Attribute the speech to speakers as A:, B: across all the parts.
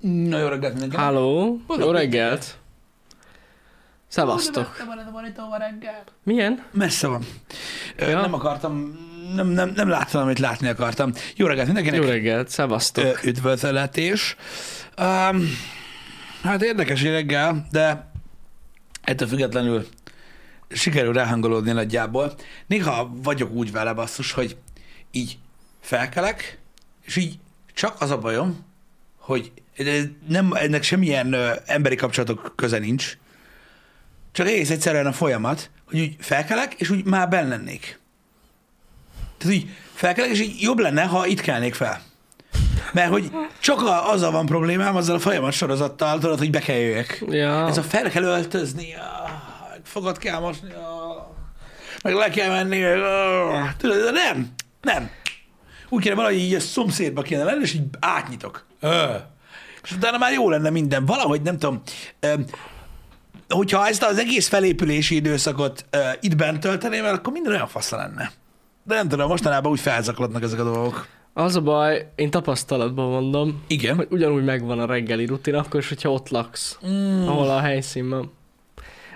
A: Na jó reggelt
B: Hát-
A: mindenkinek.
B: Háló,
A: Boldog
B: jó reggelt! Szevasztok!
A: Messze van ez a monitor ma reggel.
B: Milyen?
A: Messze van. Ö,
B: Ja.
A: Nem akartam, nem, nem, nem láttam, amit látni akartam. Jó reggelt mindenkinek.
B: Jó reggelt, szevasztok!
A: Ö, Üdvözletés. Um, hát érdekes egy reggel, de ettől függetlenül sikerül ráhangolódni nagyjából. Néha vagyok úgy vele basszus, hogy így felkelek, és így csak az a bajom, hogy de nem, ennek semmilyen ö, emberi kapcsolatok köze nincs, csak egész egyszerűen a folyamat, hogy úgy felkelek, és úgy már benn lennék. Tehát így felkelek, és így jobb lenne, ha itt kelnék fel. Mert hogy csak a, azzal van problémám, azzal a folyamat sorozattal, tudod, hogy be kell jöjjek.
B: Ja,
A: Ez a fel kell öltözni, ah, fogad kell mosni, ah, meg le kell menni, ah. tudod, de nem, nem. Úgy kéne valahogy így a szomszédba kéne lenni, és így átnyitok. Öh. És utána már jó lenne minden. Valahogy nem tudom, öm, hogyha ezt az egész felépülési időszakot ö, itt bent tölteném el, akkor minden olyan fasza lenne. De nem tudom, mostanában úgy felzaklatnak ezek a dolgok.
B: az a baj, én tapasztalatban mondom,
A: Igen.
B: hogy ugyanúgy megvan a reggeli rutin, akkor is, hogyha ott laksz,
A: Mm.
B: ahol a helyszín van.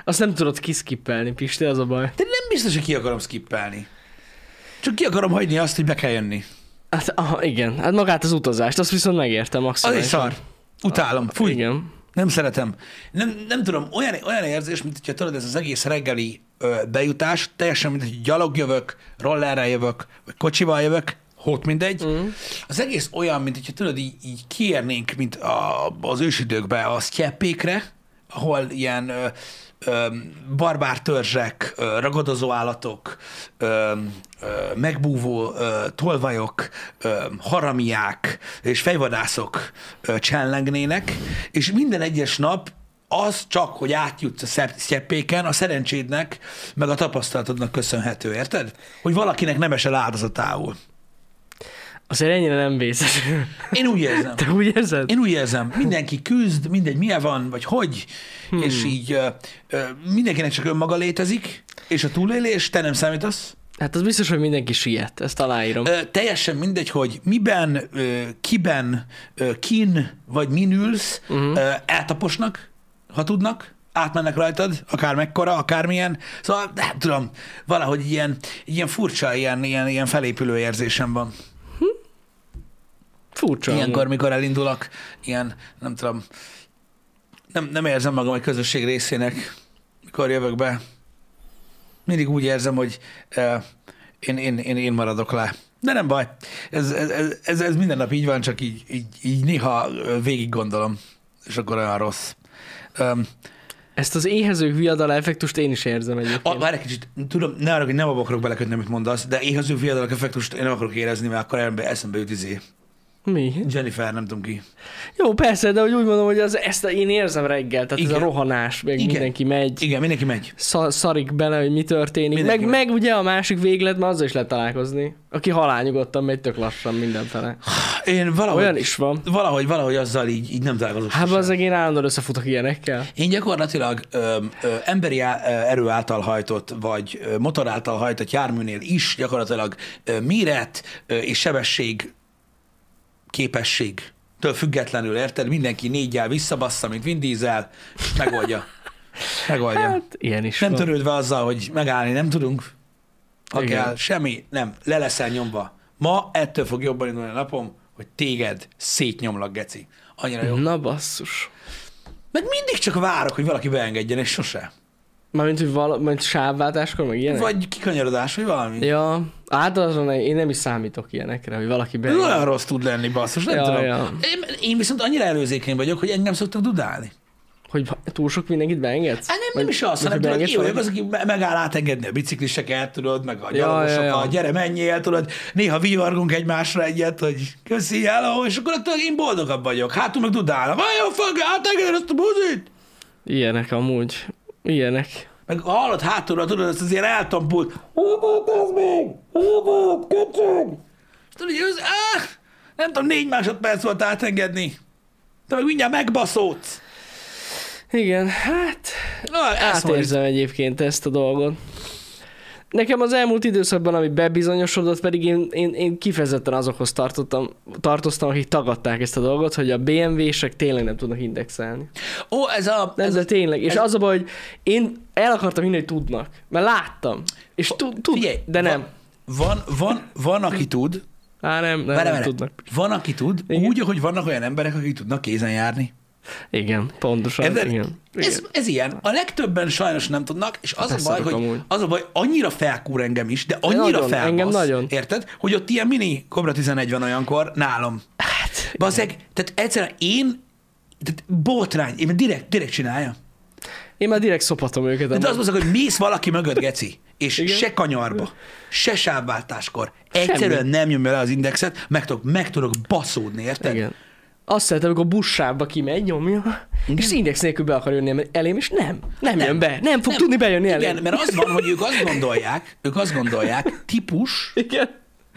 B: Azt nem tudod kiszkippelni, Pisti, az a baj.
A: De nem biztos, hogy ki akarom skippelni. Csak ki akarom hagyni azt, hogy be kell jönni.
B: Hát, aha, igen, hát magát az utazást, azt viszont megértem
A: Az
B: maximálisan.
A: egy szar. Utálom. Fúj.
B: Igen.
A: Nem szeretem. Nem, nem tudom, olyan, olyan érzés, mint hogyha tudod, ez az egész reggeli ö, bejutás, teljesen mindegy, hogy gyalog jövök, rollerrel jövök, vagy kocsival jövök, hót mindegy. Mm. Az egész olyan, mint hogyha tudod, így, így kiérnénk, mint a, az ősidőkbe a sztyeppékre, ahol ilyen ö, ö, barbár törzsek, ö, ragadozó állatok, ö, ö, megbúvó ö, tolvajok, ö, haramiák és fejvadászok ö, csellengnének, és minden egyes nap az csak, hogy átjutsz a szer- szeppéken, a szerencsédnek, meg a tapasztalatodnak köszönhető, érted? Hogy valakinek nem esel áldozatául.
B: Azért ennyire nem vészes.
A: Én úgy érzem.
B: Te úgy érzed?
A: Én úgy érzem, mindenki küzd, mindegy, milyen van, vagy hogy, hmm. és így ö, ö, mindenkinek csak önmaga létezik, és a túlélés, te nem számítasz.
B: Hát az biztos, hogy mindenki siet, ezt aláírom.
A: Ö, teljesen mindegy, hogy miben, ö, kiben, ö, kin, vagy min ülsz, uh-huh. ö, eltaposnak, ha tudnak, átmennek rajtad, akár mekkora, akármilyen. Szóval nem tudom, valahogy ilyen, ilyen furcsa, ilyen, ilyen, ilyen felépülő érzésem van.
B: Furcsa. amúgy.
A: Ilyenkor, mikor elindulok, ilyen, nem tudom, nem, nem érzem magam egy közösség részének, mikor jövök be. Mindig úgy érzem, hogy uh, én, én, én, én maradok le. De nem baj, ez, ez, ez, ez minden nap így van, csak így, így, így néha ö, végig gondolom, és akkor olyan rossz. Um,
B: Ezt az éhezők viadala effektust én is érzem egyébként.
A: a, várj egy kicsit, tudom, ne arra, hogy nem abba akarok belekötni, amit mondasz, de éhező fiatalok effektust én nem akarok érezni, mert akkor elbe- eszembe jut izé.
B: Mi?
A: Jennifer, nem tudom ki.
B: Jó, persze, de hogy úgy mondom, hogy az, ezt én érzem reggel, tehát Igen. ez
A: Igen.
B: a rohanás, meg
A: Igen.
B: Igen. mindenki megy,
A: Igen, mindenki megy.
B: sza- szarik bele, hogy mi történik,
A: Mindenki
B: meg, meg ugye a másik véglet, már azzal is lehet találkozni, aki halálnyugodtan megy tök lassan mindenfele.
A: Én valahogy...
B: Olyan is van.
A: Valahogy, valahogy azzal így, így nem találkozok.
B: Hát
A: sosem.
B: az én állandóan összefutok ilyenekkel.
A: Én gyakorlatilag ö, ö, emberi á, ö, erő által hajtott, vagy ö, motor által hajtott járműnél is gyakorlatilag ö, méret ö, és sebesség képesség től függetlenül, érted? Mindenki négyel visszabassza, mint Vin Diesel, és megoldja. Megoldja.
B: Hát ilyen is
A: nem
B: van.
A: törődve azzal, hogy megállni nem tudunk, ha
B: Igen.
A: kell, semmi, nem, le leszel nyomva. Ma ettől fog jobban indulni a napom, hogy téged szétnyomlak, geci. Annyira jó.
B: Na basszus.
A: Meg mindig csak várok, hogy valaki beengedjen, és sose.
B: Mármint, hogy vala, majd sávváltáskor, meg ilyenek?
A: Vagy kikanyarodás, vagy valami.
B: Ja, általában én nem is számítok ilyenekre, hogy valaki
A: Ez
B: be...
A: olyan rossz tud lenni, basszus, nem
B: Ja,
A: tudom.
B: ja.
A: Én, én viszont annyira előzékeny vagyok, hogy engem szoktak dudálni.
B: Hogy túl sok mindenkit beengedsz?
A: Hát nem, nem
B: Vagy-
A: is az,
B: vagy
A: hanem tudod,
B: beengedsz
A: én vagyok
B: valakit?
A: az, aki me- megáll átengedni a bicikliseket, tudod, meg a
B: Ja,
A: gyalogosokat,
B: ja, ja.
A: gyere, menjél, tudod, néha vihargunk egymásra egyet, hogy köszi, hello, és akkor attól én boldogabb vagyok. Hátul meg dudálom, vajon fog, átengeded azt a buzit?
B: Ilyenek amúgy. Ilyenek.
A: Meg ha hallod hátulra, tudod, ezt az ilyen eltampult. Hol volt ez még? Hol volt? Köcsög! Tudod, hogy ez, áh, nem tudom, négy másodperc volt átengedni. Te meg mindjárt megbaszódsz.
B: Igen, hát
A: Na, elszomorít.
B: átérzem egyébként ezt a dolgot. Nekem az elmúlt időszakban, ami bebizonyosodott, pedig én, én, én kifejezetten azokhoz tartottam, tartoztam, akik tagadták ezt a dolgot, hogy a BMW-sek tényleg nem tudnak indexelni.
A: Ó, ez a...
B: Nem,
A: Ez,
B: de
A: a
B: tényleg. És
A: ez-
B: az a baj, hogy én el akartam hinni, hogy tudnak. Mert láttam. És tud, tud
A: figyelj,
B: de nem.
A: van, van, van, aki tud,
B: Á, nem, nem,
A: vele,
B: nem
A: vele.
B: tudnak.
A: van, aki tud,
B: Igen.
A: úgy, ahogy vannak olyan emberek, akik tudnak kézen járni.
B: Igen, pontosan.
A: Érted?
B: Igen. igen.
A: Ez, ez ilyen. A legtöbben sajnos nem tudnak, és az a baj,
B: Beszarok
A: hogy
B: amúgy.
A: az a baj, annyira felkúr engem is, de annyira
B: Nagyon,
A: felbasz,
B: engem nagyon.
A: érted? Hogy ott ilyen mini Cobra 11 van olyankor nálam.
B: Hát,
A: Bazeg, tehát egyszerűen én, tehát botrány, én direkt, direkt csinálja.
B: én már direkt szopatom őket.
A: De
B: amúgy.
A: az az, hogy mész valaki mögött, geci, és Igen?
B: Igen.
A: se kanyarba, se sávváltáskor, egyszerűen
B: Semmi.
A: nem nyomja le az indexet, meg tudok, meg tudok baszódni, érted?
B: Igen. Azt szeretem, amikor buszsávba kimegy, nyomja, és az index nélkül be akar jönni elém, és nem, nem, nem. jön be, nem fog nem. tudni bejönni elém.
A: Igen, mert az van, hogy ők azt gondolják, ők azt gondolják, típus,
B: Igen.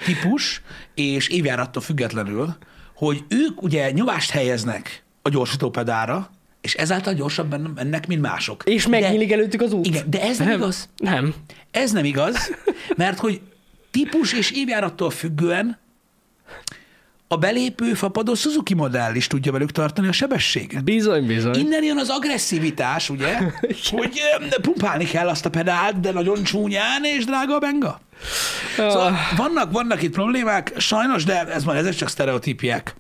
A: típus, és évjárattól függetlenül, hogy ők ugye nyomást helyeznek a gyorsítópedára, és ezáltal gyorsabban mennek, mint mások.
B: És megnyílik előttük az út.
A: Igen, de ez nem, nem igaz.
B: Nem.
A: Ez nem igaz, mert hogy típus és évjárattól függően a belépő fapadó Suzuki modell is tudja velük tartani a sebességet.
B: Bizony, bizony.
A: Innen jön az agresszivitás, ugye? hogy öm, pumpálni kell azt a pedált, de nagyon csúnyán, és drága a benga.
B: Ah,
A: Szóval vannak, vannak itt problémák, sajnos, de ez már ezek csak sztereotípiák.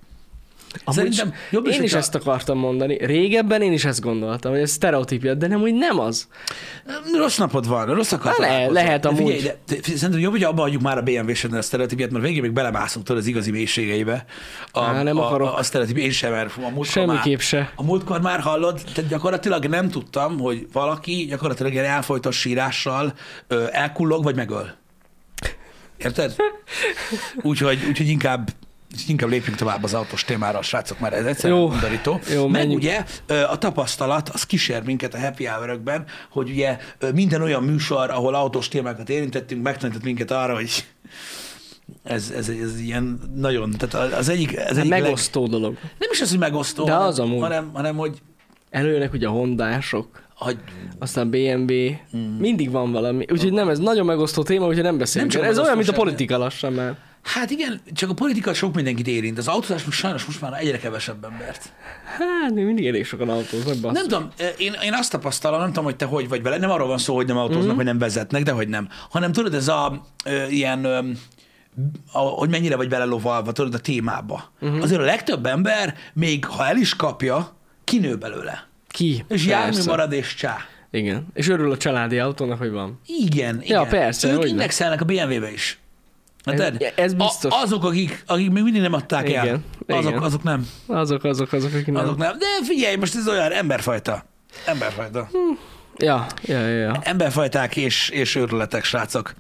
A: Szerintem jobb is,
B: én is
A: hogyha-
B: ezt akartam mondani. Régebben én is ezt gondoltam, hogy ez sztereotípia, de nem úgy nem az. Hát
A: Rossz napod van, rossz akar.
B: Na, le- lehet amúgy.
A: Figyelj, de, de, figyelj, szerintem jobb, hogy abba hagyjuk már a BMW-snél a sztereotípiát, mert végén még belemászunk tudod az igazi mélységeibe. A,
B: Á, nem
A: a,
B: akarok.
A: A, a sztereotípia, én sem, mert fú, a múltkor
B: Semmiképp
A: már,
B: se.
A: A múltkor már hallod, tehát gyakorlatilag nem tudtam, hogy valaki gyakorlatilag ilyen elfolytott sírással ö, elkullog, vagy megöl. Érted? Úgyhogy, úgyhogy inkább inkább lépjünk tovább az autós témára, srácok, mert ez egyszerűen
B: Jó.
A: undorító.
B: Jó,
A: Meg
B: menjünk.
A: ugye ö, a tapasztalat az kísér minket a happy hour hogy ugye ö, minden olyan műsor, ahol autós témákat érintettünk, megtanított minket arra, hogy ez, ez, ez ilyen nagyon, tehát az egyik, az
B: Ez
A: egyik leg,
B: megosztó dolog.
A: nem is az, hogy megosztó,
B: Hát De
A: hanem,
B: az amúgy.
A: hanem, hanem hogy
B: Előjönnek ugye a hondások,
A: hogy
B: aztán BMW,
A: Mm.
B: mindig van valami. Úgyhogy nem, ez nagyon megosztó téma, úgyhogy nem beszélünk.
A: csak
B: Nem ez olyan, mint a
A: megosztó
B: politika lassan már.
A: hát igen, csak a politika sok mindenkit érint. Az autózás most sajnos most már egyre kevesebb embert.
B: Hát, mi mindig elég sokan autóznak, basz.
A: Nem tudom, én, én azt tapasztalom, nem tudom, hogy te hogy vagy vele, nem arról van szó, hogy nem autóznak,
B: Mhm.
A: mm-hmm. vagy nem vezetnek, de hogy nem. Hanem tudod, ez a ö, ilyen, ö, a, hogy mennyire vagy belelovalva, tudod, a témába.
B: Mhm.
A: Mm-hmm. Azért a legtöbb ember, még ha el is kapja, kinő belőle.
B: Ki?
A: És jármű
B: Persze.
A: marad, és csá.
B: Igen. És örül a családi autónak, hogy van.
A: Igen, igen. Szóval
B: Ja, persze,
A: Ők
B: hogyne.
A: indexelnek a BMW-be is. Hát
B: Ez-
A: Ed,
B: ez biztos.
A: A, azok, akik, akik még mindig nem adták el,
B: Igen,
A: azok,
B: igen.
A: azok nem.
B: Azok, azok, azok, akik nem.
A: Azok nem. De figyelj, most ez olyan emberfajta. Emberfajta.
B: Ja, ja, ja, ja.
A: Emberfajták és, és őrületek, srácok.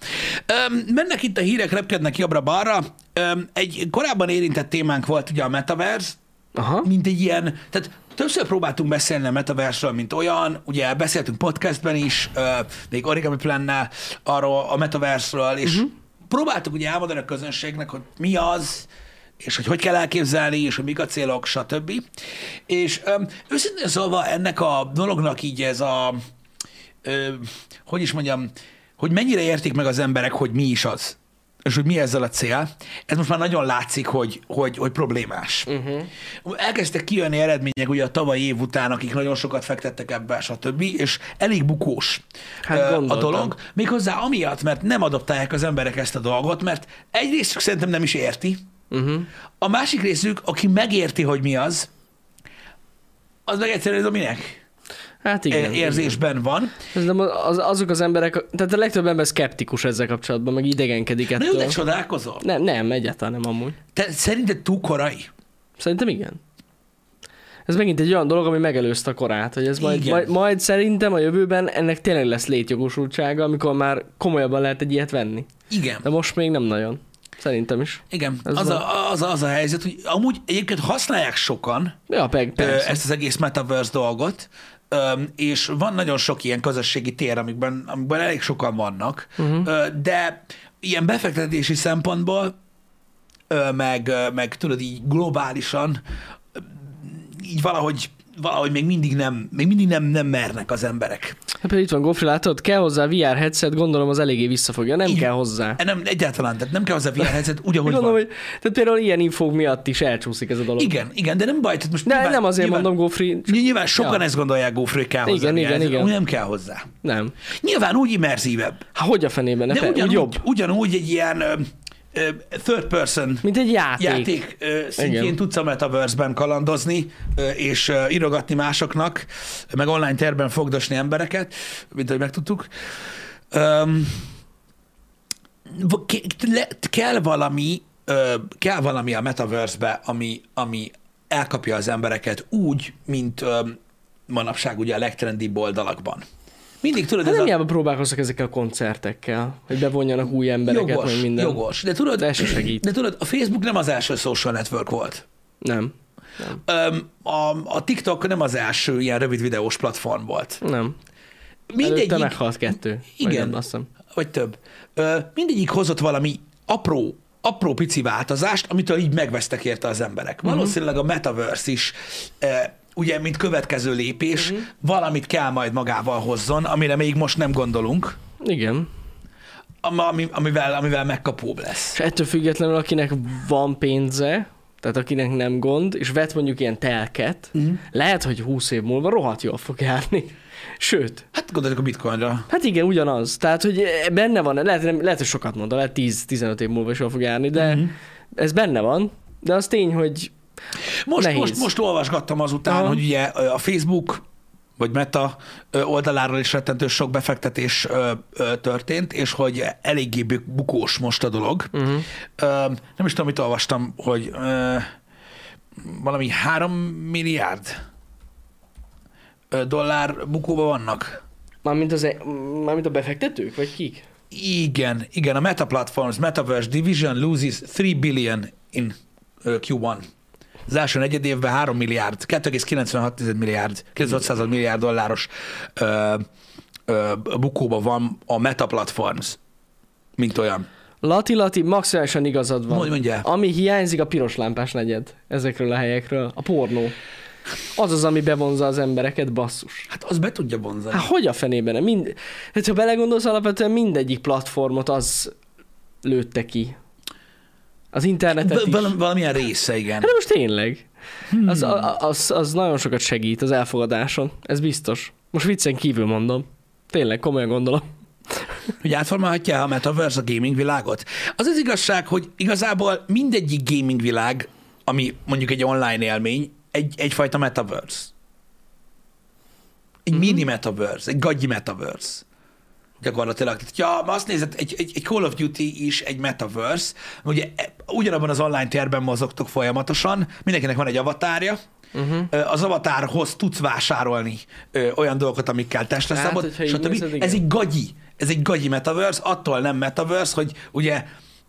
A: Öm, mennek itt a hírek, repkednek jobbra-balra. Öm, egy korábban érintett témánk volt ugye a Metaverse,
B: Aha.
A: mint egy ilyen, tehát többször próbáltunk beszélni a Metaverse-ről, mint olyan, ugye beszéltünk podcastben is, ö, még Origami Plannel arról a Metaverse-ről, és uh-huh. próbáltuk ugye elmondani a közönségnek, hogy mi az, és hogy hogy kell elképzelni, és hogy mik a célok, stb. És öm, őszintén szólva ennek a dolognak így ez a, ö, hogy is mondjam, hogy mennyire értik meg az emberek, hogy mi is az, és hogy mi ezzel a cél, ez most már nagyon látszik, hogy, hogy, hogy problémás. Uh-huh. Elkezdtek kijönni eredmények ugye a tavalyi év után, akik nagyon sokat fektettek ebbe, stb., és elég bukós
B: Hát
A: ö, a
B: gondoltam.
A: dolog, méghozzá amiatt, mert nem adaptálják az emberek ezt a dolgot, mert egyrészt szerintem nem is érti, uh-huh. a másik részük, aki megérti, hogy mi az, az meg egyszerűen az minek
B: Hát igen.
A: érzésben van.
B: Szerintem az, azok az emberek, tehát a legtöbb ember szkeptikus ezzel kapcsolatban, meg idegenkedik
A: Na jó, de
B: ettől.
A: csodálkozol.
B: Nem, nem, egyáltalán nem amúgy.
A: Te szerinted túl korai?
B: Szerintem igen. Ez megint egy olyan dolog, ami megelőzte a korát, hogy ez majd,
A: Igen.
B: majd, majd szerintem a jövőben ennek tényleg lesz létjogosultsága, amikor már komolyabban lehet egy ilyet venni.
A: Igen.
B: De most még nem nagyon. Szerintem is.
A: Igen,
B: Ez
A: az
B: van.
A: a, az, a, az a helyzet, hogy amúgy egyébként használják sokan
B: Ja, peg,
A: ö,
B: persze.
A: ezt az egész metaverse dolgot, ö, és van nagyon sok ilyen közösségi tér, amikben, amikben elég sokan vannak,
B: Mhm.
A: uh-huh. ö, de ilyen befektetési szempontból, ö, meg, ö, meg tudod így globálisan, ö, így valahogy, valahogy még mindig, nem, még mindig nem, nem mernek az emberek.
B: Hát például itt van Gofri, látod, kell hozzá VR headset, gondolom az eléggé visszafogja, nem
A: Így.
B: kell hozzá.
A: E, Nem, egyáltalán, tehát nem kell hozzá VR headset, úgy, ahogy
B: Gondolom,
A: van.
B: hogy tehát például ilyen infók miatt is elcsúszik ez a dolog.
A: Igen, igen, de nem baj, tehát most
B: Ne, nem azért
A: nyilván,
B: mondom, Gofri, csak
A: Ny- Nyilván sokan
B: Ja.
A: ezt gondolják, Gófré, hogy kell hozzá.
B: Igen,
A: VR
B: igen,
A: headset,
B: igen.
A: Úgy nem kell hozzá.
B: nem.
A: Nyilván úgy immerzívebb.
B: Hát hogy a fenében? Ne,
A: De
B: fe,
A: ugyanúgy,
B: úgy jobb.
A: ugyanúgy egy ilyen ö, ö, third person
B: Mint egy játék.
A: játék ö, szintjén
B: Igen.
A: tudsz a metaverse-ben kalandozni, ö, és ö, írogatni másoknak, meg online térben fogdosni embereket, mint ahogy megtudtuk. Öm, v- ke- le- kell valami, ö, kell valami a metaverse-be, ami, ami elkapja az embereket úgy, mint ö, manapság ugye a legtrendibb oldalakban. Mindig tudod,
B: Hát
A: ez
B: nem
A: a...
B: hiába próbálkoztak ezekkel a koncertekkel, hogy bevonjanak új embereket,
A: Jogos,
B: meg minden.
A: jogos. De tudod,
B: De ez se segít.
A: de tudod, a Facebook nem az első social network volt.
B: Nem. Nem.
A: Öm, A, a TikTok nem az első ilyen rövid videós platform volt.
B: nem. Előtte
A: Mindegyik,
B: meghalt kettő. vagy
A: Igen.
B: nem, azt hiszem.
A: vagy több, Ö, mindegyik hozott valami apró, apró pici változást, amitől így megvesztek érte az emberek.
B: Mhm.
A: Valószínűleg a Metaverse is, ö, ugye, mint következő lépés,
B: Mhm.
A: valamit kell majd magával hozzon, amire még most nem gondolunk,
B: Igen.
A: am- ami, amivel, amivel megkapóbb lesz.
B: És ettől függetlenül, akinek van pénze, tehát akinek nem gond, és vet mondjuk ilyen telket,
A: Mhm.
B: mm. lehet, hogy 20 év múlva rohadt jól fog járni. Sőt,
A: Hát gondoljuk a bitcoinra.
B: hát igen, ugyanaz. Tehát, hogy benne van, lehet, nem, lehet hogy sokat mondta, lehet 10-15 év múlva is jól fog járni, de
A: Mhm.
B: mm. ez benne van. De az tény, hogy
A: Most,
B: Nehéz.
A: most, most olvasgattam azután,
B: Aha.
A: hogy ugye ö, a Facebook vagy Meta ö, oldaláról is rettentő sok befektetés ö, ö, történt, és hogy eléggé bu- bukós most a dolog.
B: Mhm.
A: Uh-huh. Ö, nem is tudom, mit olvastam, hogy ö, valami három milliárd ö, dollár bukóba vannak.
B: mármint, az, e- mármint a befektetők, vagy kik?
A: Igen, igen, a Meta Platforms Metaverse Division loses 3 billion in ö, Q1. Az első negyed évben 3 milliárd, 2,96 milliárd, 2,5 milliárd dolláros ö, ö, bukóba van a Meta Platforms, mint olyan.
B: Lati, Lati, maximálisan igazad van.
A: Mondj, mondja.
B: Ami hiányzik a piros lámpás negyed ezekről a helyekről. A pornó. Az az, ami bevonza az embereket, basszus.
A: Hát az be tudja bonzani.
B: Hát hogy a fenében? nem? Mind... Hát, ha belegondolsz, alapvetően mindegyik platformot az lőtte ki. Az internetet
A: Val-
B: is.
A: val- valamilyen része, igen.
B: Hát de most tényleg.
A: Hmm.
B: Az, a- az, az nagyon sokat segít az elfogadáson. Ez biztos. Most viccen kívül mondom. Tényleg, komolyan gondolom.
A: hogy átformálhatja a Metaverse a gaming világot. Az az igazság, hogy igazából mindegyik gaming világ, ami mondjuk egy online élmény, egy, egyfajta Metaverse. Egy
B: Mhm.
A: mini Metaverse, egy gagyi Metaverse. Gyakorlatilag. Tehát, ja, azt nézed, egy, egy, egy Call of Duty is egy Metaverse. Ugye e- ugyanabban az online térben mozogtok folyamatosan, mindenkinek van egy avatárja,
B: Mhm.
A: Uh-huh. Az avatárhoz tudsz vásárolni ö, olyan dolgokat, amikkel testre
B: Hát,
A: szabad,
B: hogyha így
A: stb.
B: nézed, igen.
A: Ez egy gagyi, ez egy gagyi metaverse, attól nem metaverse, hogy ugye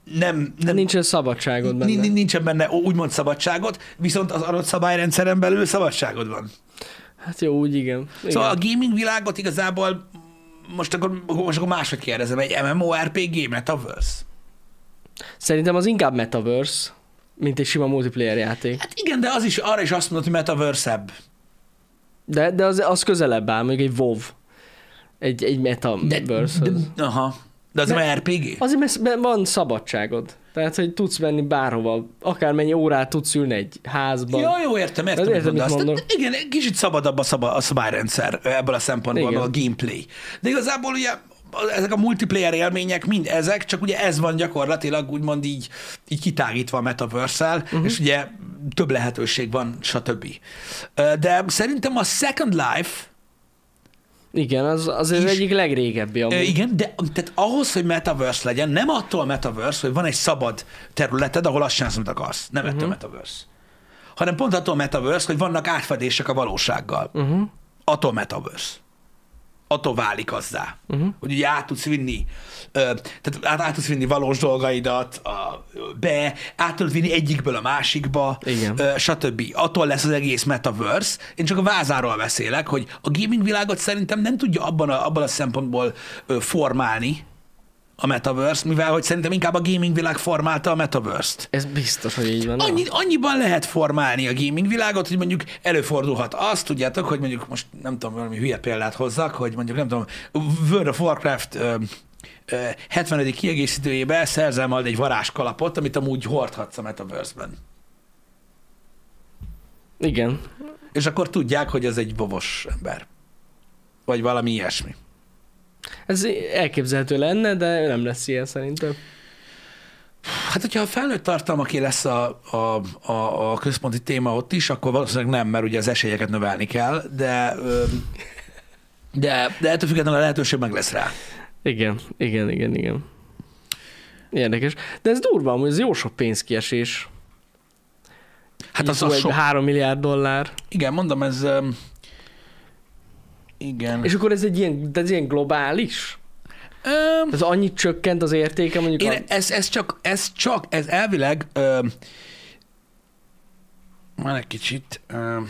A: nem, nem
B: Nincsen szabadságod benne.
A: nin- nin- nincsen benne ó- úgymond szabadságot, viszont az adott szabályrendszeren belül szabadságod van.
B: Hát jó, úgy igen. igen.
A: Szóval a gaming világot igazából most akkor, most akkor máshogy kérdezem, egy MMORPG metaverse.
B: Szerintem az inkább metaverse, mint egy sima multiplayer játék.
A: Hát igen, de az is, arra is azt mondod, hogy metaverse-ebb.
B: De, de az, az közelebb áll, még egy WoW. Egy, egy
A: De,
B: metaverse.
A: de, aha. De az
B: De-
A: nem RPG?
B: Azért, mert sz- mert van szabadságod. Tehát, hogy tudsz menni bárhova, akármennyi órát tudsz ülni egy házban.
A: Ja, jó, értem, értem,
B: Értem,
A: mit
B: mit
A: mondasz.
B: mondok.
A: Tehát Igen, egy kicsit szabadabb a, szaba, a szabályrendszer ö, ebből a szempontból,
B: Igen.
A: meg a gameplay. De igazából ugye a- ezek a multiplayer élmények mind ezek, csak ugye ez van gyakorlatilag úgymond így, így kitágítva a metaverse
B: Mhm.
A: uh-huh. és ugye több lehetőség van, stb. Ö, De szerintem a Second Life,
B: Igen, az, az az
A: Is.
B: egyik legrégebbi
A: Ö,
B: amúgy.
A: igen, de tehát ahhoz, hogy metaverse legyen, nem attól metaverse, hogy van egy szabad területed, ahol azt csinálsz, amit akarsz. Nem ettől metaverse. Hanem pont attól metaverse, hogy vannak átfedések a valósággal. Uh-huh. Attól metaverse. Attól válik azzá. Uh-huh. Hogy ugye át tudsz vinni, ö, tehát át, át tudsz vinni valós dolgaidat a, be, át tudod vinni egyikből a másikba,
B: Igen.
A: ö, stb. Attól lesz az egész metaverse. Én csak a vázáról beszélek, hogy a gaming világot szerintem nem tudja abban a, abban a szempontból ö, formálni, a metaverse, mivel hogy szerintem inkább a gaming világ formálta a metaverse-t.
B: Ez biztos, hogy így van. nem?
A: Annyi, annyiban lehet formálni a gaming világot, hogy mondjuk előfordulhat azt, tudjátok, hogy mondjuk most nem tudom, valami hülye példát hozzak, hogy mondjuk nem tudom, World of Warcraft ö, ö, 70. kiegészítőjébe szerzel majd egy varázskalapot, amit amúgy hordhatsz a Metaverse-ben.
B: Igen.
A: És akkor tudják, hogy ez egy bobos ember. Vagy valami ilyesmi.
B: Ez elképzelhető lenne, de nem lesz ilyen szerintem.
A: Hát, hogyha a felnőtt tartalmaké lesz a, a, a, a központi téma ott is, akkor valószínűleg nem, mert ugye az esélyeket növelni kell, de, öm, de, de ettől függetlenül a lehetőség meg lesz rá.
B: Igen, igen, igen, igen. Érdekes. De ez durva, hogy ez jó sok pénzkiesés.
A: Hát az,
B: Szó
A: az
B: egy
A: sok.
B: 3 milliárd dollár.
A: Igen, mondom, ez... öm, Igen.
B: És akkor ez egy ilyen, de ez ilyen globális?
A: Öm,
B: Ez annyit csökkent az értéke mondjuk
A: Én,
B: a...
A: ez, ez, csak, ez csak, ez elvileg, ö, már egy kicsit, ö,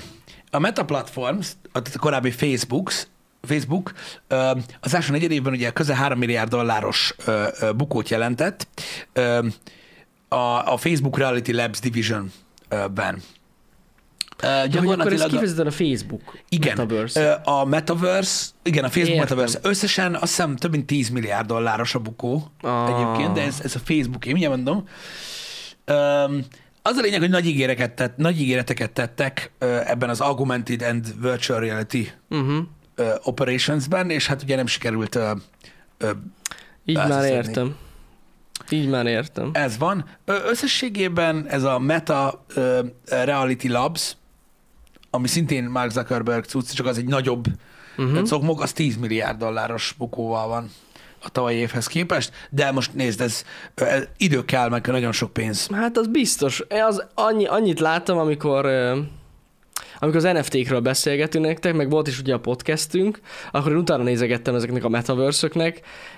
A: a Meta Platforms, a a korábbi Facebooks, Facebook ö, az első negyed évben ugye közel 3 milliárd dolláros ö, ö, bukót jelentett ö, a, a Facebook Reality Labs Division-ben.
B: Gyakorlatilag... Akkor ez kifejezetten a Facebook
A: Igen.
B: metaverse.
A: Ö, A Metaverse, igen, a Facebook
B: Értem.
A: Metaverse. Összesen azt hiszem több mint 10 milliárd dolláros a bukó
B: Ah.
A: egyébként, de ez, ez a Facebook, én mindjárt mondom. Öm, Az a lényeg, hogy nagy, ígéreket tett, nagy ígéreteket tettek ö, ebben az Augmented and Virtual Reality
B: Uh-huh.
A: ö, Operationsben, és hát ugye nem sikerült ö, ö,
B: Így
A: Ezt
B: már
A: hiszem,
B: értem. Így már értem.
A: Ez van. Ö, Összességében ez a Meta ö, Reality Labs, ami szintén Mark Zuckerberg cucc, csak az egy nagyobb
B: Mhm.
A: uh-huh. cokmok, az 10 milliárd dolláros bukóval van a tavalyi évhez képest, de most nézd, ez, ö, ez idő kell, meg nagyon sok pénz.
B: Hát az biztos. Én Az annyi, annyit láttam, amikor ö, amikor az NFT-kről beszélgetünk nektek, meg volt is ugye a podcastünk, akkor én utána nézegettem ezeknek a metaverse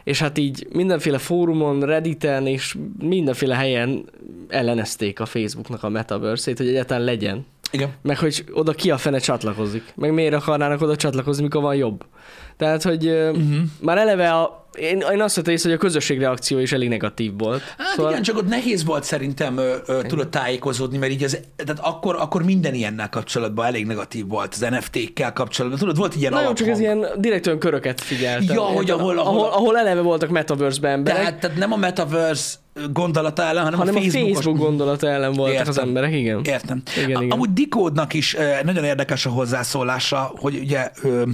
B: és hát így mindenféle fórumon, Redditen és mindenféle helyen ellenezték a Facebooknak a metaverse-ét, hogy egyáltalán legyen.
A: Igen.
B: Meg hogy oda ki a fene csatlakozik. Meg miért akarnának oda csatlakozni, mikor van jobb. Tehát, hogy
A: Mhm.
B: uh-huh. már eleve a, én, én azt vettem észre, hogy a közösség reakció is elég negatív volt.
A: Hát szóval... igen, csak ott nehéz volt szerintem ö, ö, tudod tájékozódni, mert így az, tehát akkor, akkor minden ilyennel kapcsolatban elég negatív volt az NFT-kkel kapcsolatban. Tudod, volt egy ilyen
B: Na jó, csak ez
A: alaphang.
B: ilyen direkt olyan köröket figyeltem.
A: Ja, hogy ahol- ahol-
B: ahol, ahol, ahol eleve voltak metaverse-ben emberek,
A: Tehát, hát, tehát nem a Metaverse gondolata ellen, hanem,
B: hanem a
A: Facebookos-
B: Facebook, gondolata ellen voltak
A: Értem.
B: az emberek, igen.
A: Értem.
B: Igen,
A: A-
B: igen.
A: Amúgy Dikódnak is eh, nagyon érdekes a hozzászólása, hogy ugye ő,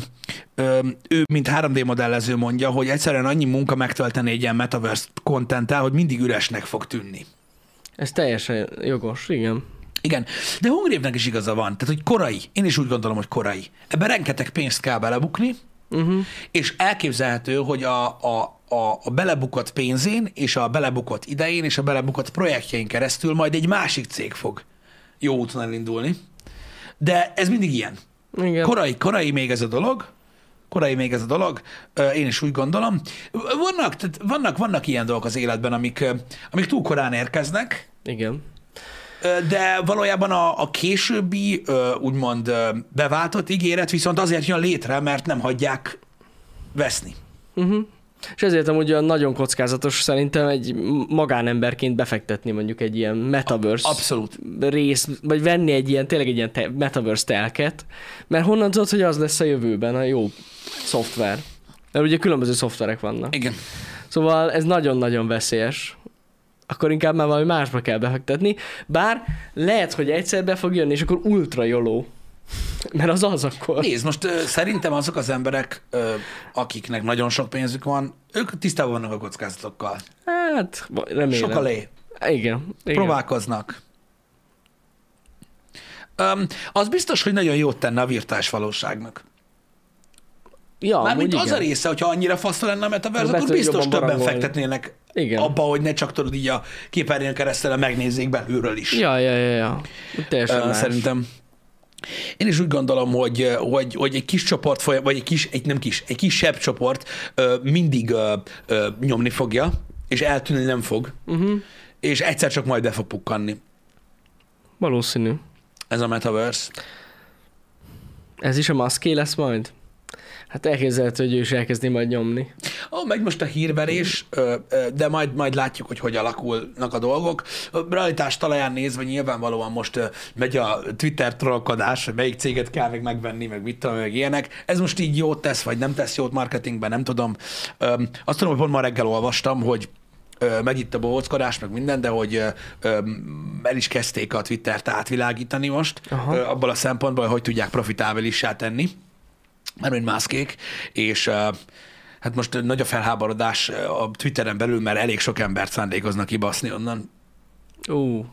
A: ő, ő mint 3D modellező mondja, hogy egyszerűen annyi munka megtölteni egy ilyen metaverse kontenttel, hogy mindig üresnek fog tűnni.
B: Ez teljesen jogos, igen.
A: Igen, de Hungrévnek is igaza van, tehát hogy korai, én is úgy gondolom, hogy korai. Ebben rengeteg pénzt kell belebukni, uh-huh. és elképzelhető, hogy a, a, a, a belebukott pénzén, és a belebukott idején, és a belebukott projektjein keresztül majd egy másik cég fog jó úton elindulni. De ez mindig ilyen.
B: Igen.
A: Korai, korai még ez a dolog, korai még ez a dolog, ö, én is úgy gondolom. Vannak, tehát vannak, vannak ilyen dolgok az életben, amik, ö, amik túl korán érkeznek,
B: igen.
A: Ö, De valójában a, a későbbi, ö, úgymond ö, beváltott ígéret viszont azért jön létre, mert nem hagyják veszni.
B: Mhm. És ezért amúgy olyan nagyon kockázatos szerintem egy magánemberként befektetni mondjuk egy ilyen metaverse
A: Abszolút.
B: rész, vagy venni egy ilyen, tényleg egy ilyen te- metaverse telket, mert honnan tudod, hogy az lesz a jövőben a jó szoftver? Mert ugye különböző szoftverek vannak.
A: Igen.
B: Szóval ez nagyon-nagyon veszélyes. Akkor inkább már valami másba kell befektetni. Bár lehet, hogy egyszer be fog jönni, és akkor ultra joló. Mert az az akkor.
A: Nézd, most ö, szerintem azok az emberek, ö, akiknek nagyon sok pénzük van, ők tisztában vannak a kockázatokkal.
B: Hát, va- remélem.
A: Sok a lé.
B: Igen. igen.
A: Próbálkoznak. Öm, az biztos, hogy nagyon jót tenne a virtás valóságnak.
B: Ja,
A: Mármint
B: amúgy
A: az a
B: igen.
A: része, hogyha annyira faszta lenne a metaverse,
B: Akkor
A: akkor
B: be tudod
A: biztos
B: jobban
A: többen
B: barangolni.
A: fektetnének
B: Igen.
A: abba, hogy ne csak tudod így a képernyőn keresztül, hanem megnézzék belülről is.
B: Ja, ja, ja, ja. Teljesen
A: Ö,
B: más.
A: Szerintem. Én is úgy gondolom, hogy, hogy, hogy egy kis csoport, folyam- vagy egy kis, egy nem kis, egy kisebb csoport ö, mindig ö, ö, nyomni fogja, és eltűnni nem fog,
B: Uh-huh.
A: és egyszer csak majd be fog pukkanni
B: Valószínű.
A: ez a metaverse.
B: Ez is a maszké lesz majd? Hát elképzelhető, hogy ő is elkezdi majd nyomni.
A: ó, megy most a hírverés, ö, ö, de majd, majd látjuk, hogy hogy alakulnak a dolgok. A Realitás talaján nézve nyilvánvalóan most ö, megy a Twitter trollkodás, hogy melyik céget kell még megvenni, meg mit tudom, meg ilyenek. Ez most így jót tesz, vagy nem tesz jót marketingben, nem tudom. Ö, azt tudom, hogy pont ma reggel olvastam, hogy ö, megy itt a bohóckodás, meg minden, de hogy ö, ö, el is kezdték a Twittert átvilágítani most,
B: Aha.
A: ö, abból a szempontból, hogy tudják profitábilissá tenni mert mint mászkék, és ö, hát most nagy a felháborodás ö, a Twitteren belül, mert elég sok embert szándékoznak kibaszni onnan.
B: Ú,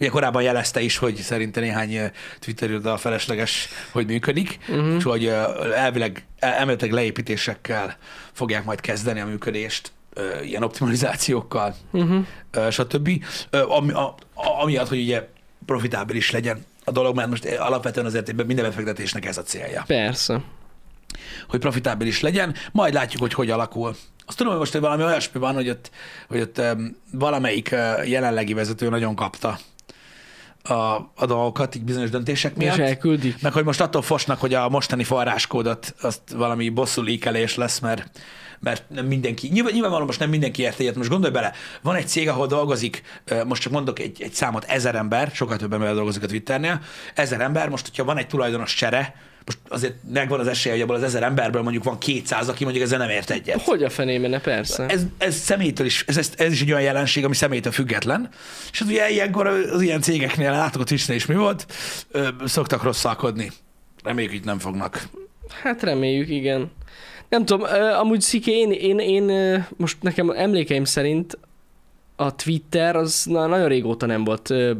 A: Ugye korábban jelezte is, hogy szerinte néhány ö, Twitter iroda felesleges, hogy működik, uh-huh. és hogy ö, elvileg, el- elméletileg leépítésekkel fogják majd kezdeni a működést, ö, ilyen optimalizációkkal, uh-huh. stb. Ö, Ami, a, a- amiatt, hogy ugye profitábilis legyen a dolog, mert most alapvetően azért ebben minden befektetésnek ez a célja
B: persze.
A: hogy profitábilis legyen, majd látjuk, hogy hogy alakul. Azt tudom, hogy most valami olyasmi van, hogy ott, hogy ott em, valamelyik ö, jelenlegi vezető nagyon kapta a, a dolgokat, így bizonyos döntések
B: Mi és
A: miatt.
B: elküldik.
A: Meg hogy most attól fosnak, hogy a mostani forráskódot azt valami bosszú líkelés lesz, mert, mert nem mindenki, nyilván, nyilvánvalóan most nem mindenki ért egyet. Most gondolj bele, van egy cég, ahol dolgozik, ö, most csak mondok egy, egy számot, ezer ember, sokkal több ember dolgozik a Twitternél, ezer ember, most hogyha van egy tulajdonos csere, most azért megvan az esélye, hogy abból az ezer emberből mondjuk van 200, aki mondjuk ezzel nem ért egyet.
B: Hogy a fenében, ne persze.
A: Ez, ez személytől is, ez, ez, ez is egy olyan jelenség, ami személytől független. És hát ugye ilyenkor az ilyen cégeknél látok, hogy Twitchnél is mi volt, ö, szoktak rosszalkodni. Reméljük, így nem fognak.
B: Hát reméljük, igen. Nem tudom, ö, amúgy Sziké, én, én, én ö, most nekem emlékeim szerint a Twitter az na, nagyon régóta nem volt ö,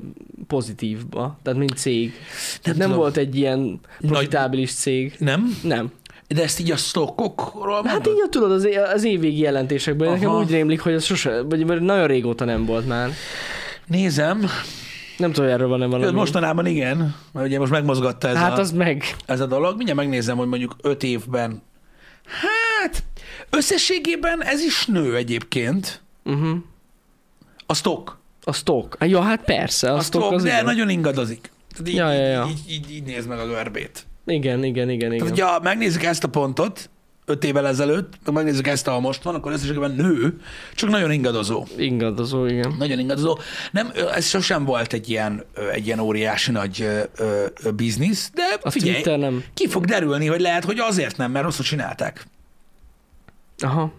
B: pozitívba, tehát mint cég. Nem, nem
A: tudom.
B: volt egy ilyen profitábilis cég.
A: Nem?
B: Nem.
A: De ezt így a stockokról
B: Hát
A: mondod?
B: így tudod, az, é- az évvégi jelentésekből Aha. nekem
A: Aha.
B: úgy rémlik, hogy az sose, vagy vagy nagyon régóta nem volt már.
A: Nézem.
B: Nem tudom, hogy erről van-e valami.
A: Mostanában igen, mert ugye most megmozgatta ez,
B: hát
A: a,
B: az meg.
A: ez a dolog. Mindjárt megnézem, hogy mondjuk öt évben. Hát, összességében ez is nő egyébként.
B: Uh-huh.
A: A stock.
B: A stok. Ja, hát persze, a,
A: A,
B: stok,
A: stock,
B: az
A: de
B: igen.
A: nagyon ingadozik. Tehát így,
B: Ja, ja, ja.
A: Így, így, így, néz meg a görbét.
B: igen. Igen, igen, igen.
A: Tehát, hogyha megnézzük ezt a pontot, öt évvel ezelőtt, meg megnézzük ezt, ahol most van, akkor összességében nő, csak nagyon ingadozó.
B: Ingadozó, igen.
A: Nagyon ingadozó. Nem, ö, ez sosem volt egy ilyen, ö, egy ilyen óriási nagy ö, ö, ö, biznisz, de
B: A
A: figyelj,
B: Twitter nem.
A: ki fog derülni, hogy lehet, hogy azért nem, mert rosszul csinálták.
B: Aha.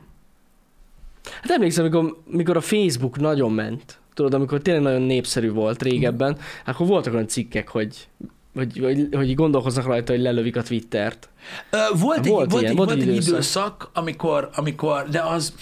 B: Hát emlékszem, amikor, mikor a Facebook nagyon ment, tudod, amikor tényleg nagyon népszerű volt régebben, akkor voltak olyan cikkek, hogy hogy, hogy, hogy gondolkoznak rajta, hogy lelövik a Twittert.
A: Ö, Volt, volt,
B: Volt
A: egy, volt,
B: ilyen,
A: egy,
B: volt
A: volt egy
B: időszak.
A: időszak, amikor, amikor, de az,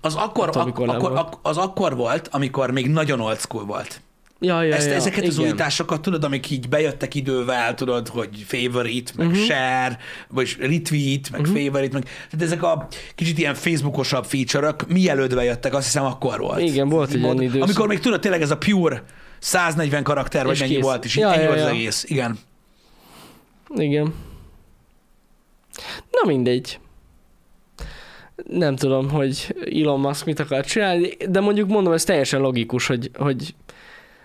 A: az, akkor,
B: Hát amikor
A: ak,
B: nem
A: akkor,
B: volt.
A: ak, az akkor volt, amikor még nagyon old school volt.
B: Ja, ja,
A: Ezt,
B: ja,
A: ezeket az
B: igen.
A: újításokat, tudod, amik így bejöttek idővel, tudod, hogy favorite,
B: Mhm.
A: meg uh-huh. share, vagy retweet, meg uh-huh. favorite, meg... Tehát ezek a kicsit ilyen Facebookosabb feature-ök mielőtt bejöttek, azt hiszem akkor volt.
B: Igen, volt egy
A: Mond-
B: ilyen időszak.
A: Amikor még tudod, tényleg ez a pure 140 karakter, vagy
B: És
A: mennyi
B: kész.
A: volt, és
B: Ja,
A: ja, ennyi
B: ja,
A: ja, volt az
B: ja.
A: egész. Igen.
B: Igen. Na mindegy. Nem tudom, hogy Elon Musk mit akar csinálni, de mondjuk mondom, ez teljesen logikus, hogy, hogy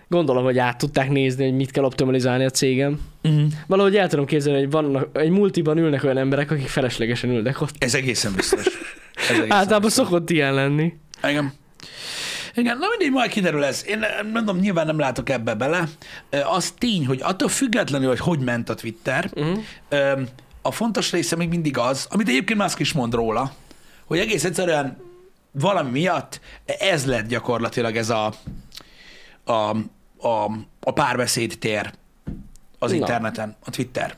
B: gondolom, hogy át tudták nézni, hogy mit kell optimalizálni a cégem.
A: Uh-huh.
B: Valahogy el tudom képzelni, hogy vannak, egy multiban ülnek olyan emberek, akik feleslegesen ülnek ott.
A: Ez egészen biztos. Ez egészen
B: Általában
A: biztos.
B: szokott ilyen lenni.
A: Igen. Igen, na mindegy, majd kiderül ez. Én eh, mondom, nyilván nem látok ebbe bele. Eh, Az tény, hogy attól függetlenül, hogy hogy ment a Twitter,
B: Mhm.
A: ö, a fontos része még mindig az, amit egyébként Musk is mond róla, hogy egész egyszerűen valami miatt ez lett gyakorlatilag ez a, a, a, a párbeszéd tér az
B: Na.
A: interneten, a Twitter.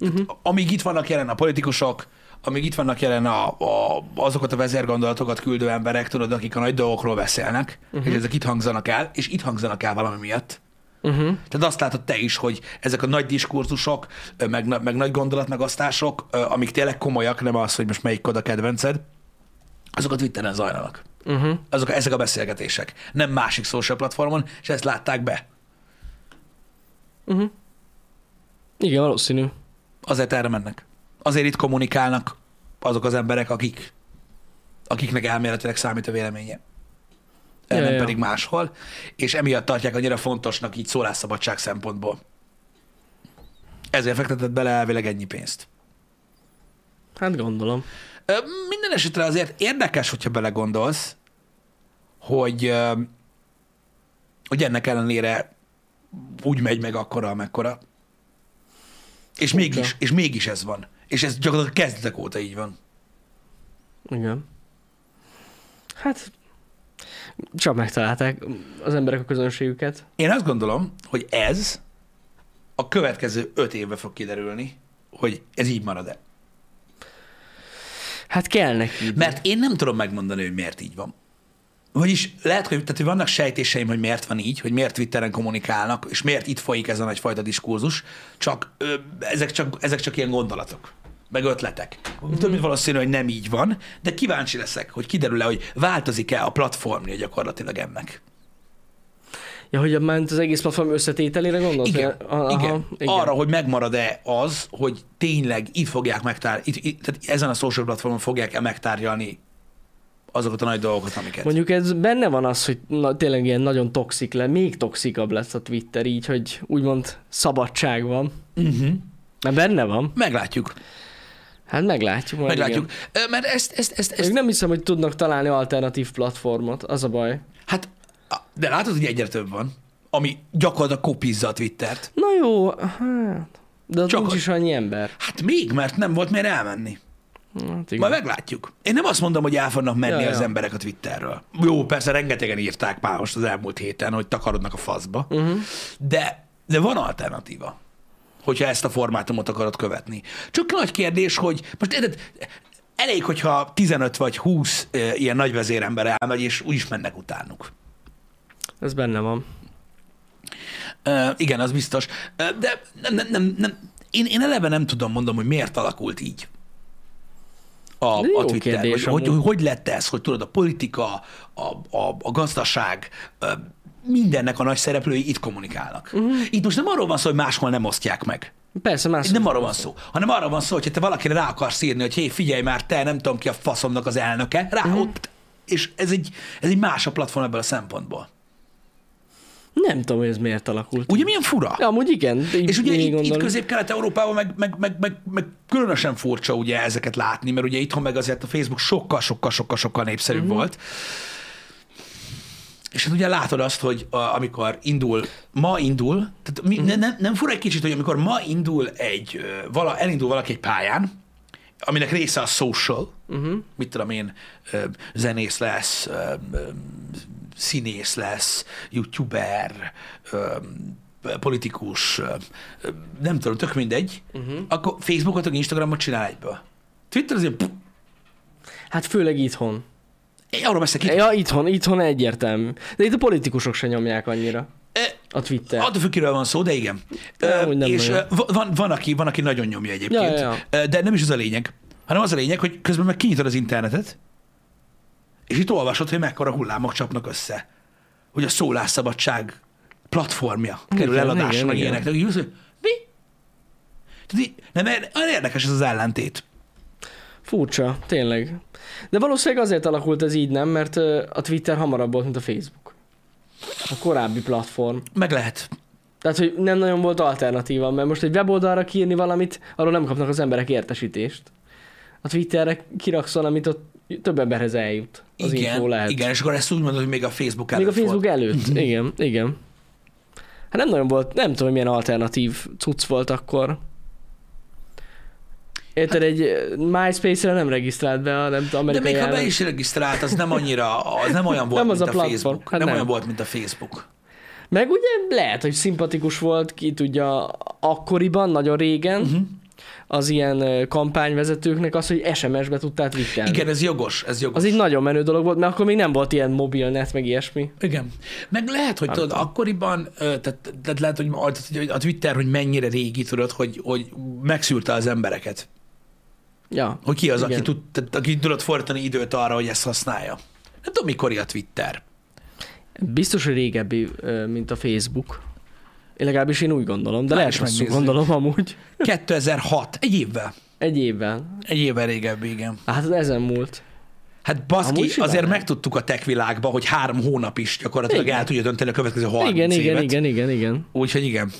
A: Uh-huh. Amíg itt vannak jelen a politikusok, amíg itt vannak jelen a, a, azokat a vezérgondolatokat küldő emberek, tudod, akik a nagy dolgokról beszélnek, uh-huh. és ezek itt hangzanak el, és itt hangzanak el valami miatt.
B: Uh-huh.
A: Tehát azt látod te is, hogy ezek a nagy diskurzusok, ö, meg, na- meg nagy gondolatmegasztások, ö, amik tényleg komolyak, nem az, hogy most melyik kod a kedvenced, azok a Twitteren zajlanak.
B: Uh-huh.
A: Azok, ezek a beszélgetések. Nem másik social platformon, és ezt látták be.
B: Uh-huh. Igen, valószínű.
A: Azért erre mennek. Azért itt kommunikálnak azok az emberek, akik, akiknek elméletileg számít a véleménye.
B: Ja,
A: Ja, nem
B: ja.
A: ja. pedig máshol. És emiatt tartják annyira fontosnak így szólásszabadság szempontból. Ezért fektetett bele elvileg ennyi pénzt.
B: Hát gondolom.
A: Ö, Minden esetre azért érdekes, hogyha belegondolsz, hogy, ö, hogy ennek ellenére úgy megy meg akkora, amekkora. És mégis, és mégis ez van. És ez gyakorlatilag kezdetek óta így van.
B: Igen. Hát, csak megtalálták az emberek a közönségüket.
A: Én azt gondolom, hogy ez a következő öt évben fog kiderülni, hogy ez így marad-e.
B: Hát kell neki.
A: Mert én nem tudom megmondani, hogy miért így van. Vagyis lehet, hogy, tehát, hogy vannak sejtéseim, hogy miért van így, hogy miért Twitteren kommunikálnak, és miért itt folyik ez a nagyfajta diskurzus, csak ö, ezek csak, ezek csak ilyen gondolatok, meg ötletek. Több mint valószínű, hogy nem így van, de kíváncsi leszek, hogy kiderül-e, hogy változik-e a platformja gyakorlatilag ennek.
B: Ja, hogy a ment az egész platform összetételére gondolsz?
A: Igen,
B: e- Aha,
A: igen. igen. Arra, hogy megmarad-e az, hogy tényleg itt fogják megtárgyalni, itt, itt, tehát ezen a social platformon fogják-e megtárgyalni azokat a nagy dolgokat, amiket.
B: Mondjuk ez benne van az, hogy na, tényleg ilyen nagyon toxik le, még toxikabb lesz a Twitter így, hogy úgymond szabadság van.
A: Uh-huh.
B: Mert benne van.
A: Meglátjuk.
B: Hát meglátjuk majd.
A: Meglátjuk. Ö, Mert ezt, ezt, ezt,
B: Ezt...
A: ezt
B: nem hiszem, hogy tudnak találni alternatív platformot, az a baj.
A: hát, de látod, hogy egyre több van, ami gyakorlatilag kopizza a Twittert.
B: Na jó, hát. De
A: Csak
B: ott Csak nincs
A: hogy-
B: is annyi ember.
A: Hát még, mert nem volt miért elmenni.
B: Hát
A: Majd
B: igen.
A: meglátjuk. Én nem azt mondom, hogy el fognak menni
B: Ja,
A: ja,
B: ja.
A: az emberek a Twitterről. Jó, persze rengetegen írták már most az elmúlt héten, hogy takarodnak a faszba,
B: Mhm.
A: uh-huh. de, de van alternatíva, hogyha ezt a formátumot akarod követni. Csak nagy kérdés, hogy most érted, elég, hogyha 15 vagy 20 e, ilyen nagy vezérember elmegy, és úgyis mennek utánuk.
B: Ez benne van.
A: Ö, igen, az biztos. Ö, de nem, nem, nem, nem. Én, én eleve nem tudom mondom, hogy miért alakult így a,
B: De jó
A: a Twitter.
B: kérdés
A: hogy, hogy,
B: amúgy.
A: hogy lett ez, hogy tudod, a politika, a, a, a gazdaság, ö, mindennek a nagy szereplői itt kommunikálnak.
B: Mhm.
A: Uh-huh. Itt most nem arról van szó, hogy máshol nem osztják meg.
B: Persze, más.
A: Itt nem arról van szó, hanem arról van szó, hogy te valakire rá akarsz írni, hogy hé, figyelj már, te nem tudom ki a faszomnak az elnöke, rá
B: Mhm.
A: uh-huh. ott, és ez egy, ez egy más a platform ebből a szempontból.
B: Nem tudom, hogy ez miért alakult.
A: Ugye milyen fura?
B: Ja, amúgy igen.
A: És ugye
B: így
A: itt, itt
B: gondolom.
A: közép-kelet-európában meg, meg, meg, meg, meg különösen furcsa ugye ezeket látni, mert ugye itthon meg azért a Facebook sokkal-sokkal-sokkal-sokkal népszerűbb uh-huh. volt. És hát ugye látod azt, hogy a, amikor indul, ma indul, tehát mi, ne, nem, nem fura egy kicsit, hogy amikor ma indul egy, ö, vala, elindul valaki egy pályán, aminek része a social, uh-huh. mit tudom én, ö, zenész lesz, ö, ö, színész lesz, youtuber, ö, politikus, ö, ö, nem tudom, tök mindegy, uh-huh. akkor Facebookot, vagy Instagramot csinál egyből. Twitter azért, pff,
B: Hát főleg itthon.
A: én arról beszélek,
B: Ja, itthon, itthon egyértelmű. De itt a politikusok se nyomják annyira.
A: Ö,
B: A Twitter.
A: Attól függ, kiről van szó, de igen.
B: De
A: Ö,
B: amúgy nem
A: és
B: nagyon.
A: ö, va- van, van, aki, van, aki nagyon nyomja egyébként.
B: Ja, ja,
A: Ö, De nem is ez a lényeg, hanem az a lényeg, hogy közben meg kinyitod az internetet, és itt olvasod, hogy mekkora hullámok csapnak össze. Hogy a szólásszabadság platformja kerül
B: Igen,
A: eladásra,
B: igen,
A: meg
B: igen.
A: ilyenek. De így ülsz, hogy Mi? Tehát így, nem, er- olyan érdekes ez az ellentét.
B: Furcsa, tényleg. De valószínűleg azért alakult ez így, nem? Mert ö, a Twitter hamarabb volt, mint a Facebook. A korábbi platform.
A: Meg lehet.
B: Tehát, hogy nem nagyon volt alternatíva, mert most egy weboldalra kiírni valamit, arról nem kapnak az emberek értesítést. A Twitterre kiraksz valamit, ott több emberhez eljut. Az info
A: igen,
B: lehet.
A: igen, és akkor ezt úgy mondod, hogy még a Facebook előtt
B: Még a Facebook
A: volt.
B: előtt. Igen, igen. Hát nem nagyon volt, nem tudom, hogy milyen alternatív cucc volt akkor. Érted, egy eh, MySpace-re nem regisztrált be a nem tudom,
A: Hát- De
B: amerikai
A: még ha be
B: állam.
A: is regisztrált, az nem annyira, az nem olyan volt,
B: Nem az
A: mint
B: a
A: a,
B: platform.
A: Facebook.
B: Hát
A: nem,
B: nem.
A: olyan volt, mint a Facebook.
B: Meg ugye lehet, hogy szimpatikus volt, ki tudja, akkoriban, nagyon régen, uh-huh. az ilyen ö, kampányvezetőknek az, hogy SMS-be tudtál twittelni.
A: Igen, ez jogos, ez jogos.
B: Az egy nagyon menő dolog volt, mert akkor még nem volt ilyen mobilnet, meg ilyesmi.
A: Igen. Meg lehet, hogy tudod, akkoriban, ö, tehát, tehát lehet, hogy a- tehát, hogy a Twitter, hogy mennyire régi, tudod, hogy, hogy megszűrte az embereket.
B: Ja.
A: Hogy ki az, aki,
B: Igen.
A: tud, tehát, aki tudod fordítani időt arra, hogy ezt használja. Nem tudom, mikor a Twitter.
B: Biztos, hogy régebbi, ö, mint a Facebook. Én legalábbis én úgy gondolom, de
A: Már
B: lehet,
A: is
B: hogy rosszul
A: megnézzük.
B: gondolom amúgy.
A: 2006, egy évvel.
B: Egy évvel.
A: Egy évvel régebbi, igen.
B: Hát ez ezen múlt.
A: Hát baszki,
B: Amúgy
A: azért
B: simán.
A: megtudtuk a tech világba, hogy három hónap is gyakorlatilag
B: Igen.
A: el tudja dönteni a következő 30
B: igen,
A: évet.
B: igen, igen, igen, igen.
A: Úgyhogy igen.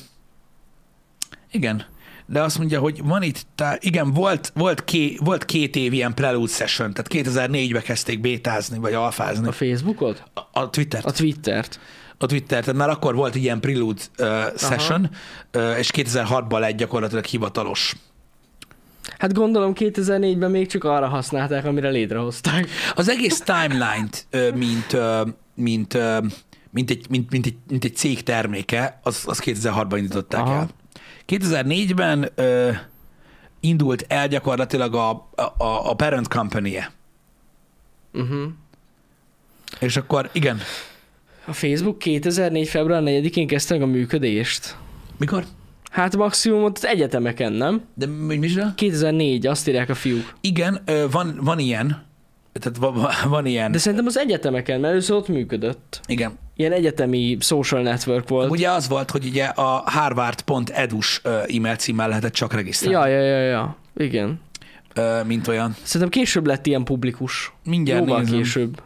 A: Igen. de azt mondja, hogy van itt, tá- igen, volt, volt, ké, volt két év ilyen prelude session, tehát 2004-ben kezdték bétázni, vagy alfázni
B: A Facebookot?
A: a, a Twittert.
B: A Twittert.
A: a Twitter, tehát már akkor volt ilyen prelude uh, session, uh, és 2006-ban lett gyakorlatilag hivatalos.
B: Hát gondolom 2004-ben még csak arra használták, amire létrehozták.
A: Az egész timeline-t, ö, mint, ö, mint, ö, mint, egy, mint, mint, egy, mint egy cég terméke, az, az 2006-ban indították Aha.
B: Aha.
A: el. 2004-ben ö, indult el gyakorlatilag a, a, a parent company -e.
B: Uh-huh.
A: És akkor igen,
B: A Facebook 2004. február 4-én kezdte meg a működést.
A: mikor?
B: Hát maximum ott az egyetemeken, nem?
A: De mi, mi is a?
B: 2004, azt írják a fiúk.
A: Igen, ö, van, van ilyen. Tehát van, van ilyen.
B: De szerintem az egyetemeken, mert először ott működött.
A: Igen.
B: Ilyen egyetemi social network volt.
A: Ugye az volt, hogy ugye a harvard.edu-s ö, e-mail címmel lehetett csak regisztrálni,
B: Ja, ja, ja, ja. Igen.
A: ja. mint olyan.
B: Szerintem később lett ilyen publikus.
A: Mindjárt
B: Jóval
A: nézem.
B: később.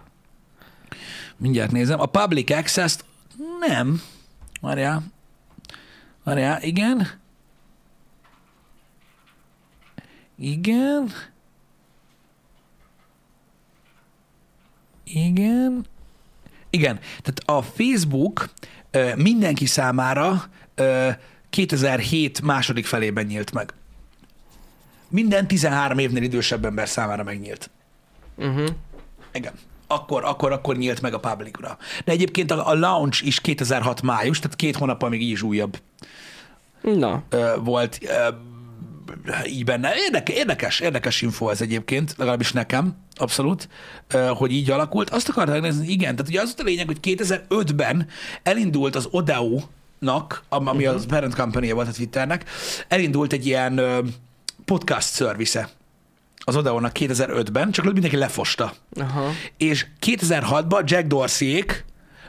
A: Mindjárt nézem. A public access-t nem. Várjál. Várjál, igen. Igen. Igen. Igen. Tehát a Facebook ö, mindenki számára ö, 2007 második felében nyílt meg. Minden 13 évnél idősebb ember számára megnyílt. Mhm.
B: Uh-huh.
A: Igen. Akkor, akkor, akkor nyílt meg a publicra. De egyébként a, a launch is 2006 május, tehát két hónappal még így is újabb
B: Na,
A: ö, volt ö, így benne. Érdeke, érdekes, érdekes info ez egyébként, legalábbis nekem, abszolút, ö, hogy így alakult. Azt akartam megnézni, igen, tehát ugye az volt a lényeg, hogy 2005-ben elindult az Odeo nak, am- ami uh-huh. az parent company volt a Twitternek, elindult egy ilyen ö, podcast szervisze az Odeónak 2005-ben, csak mindenki lefosta
B: aha.
A: és 2006-ban Jack Dorseyék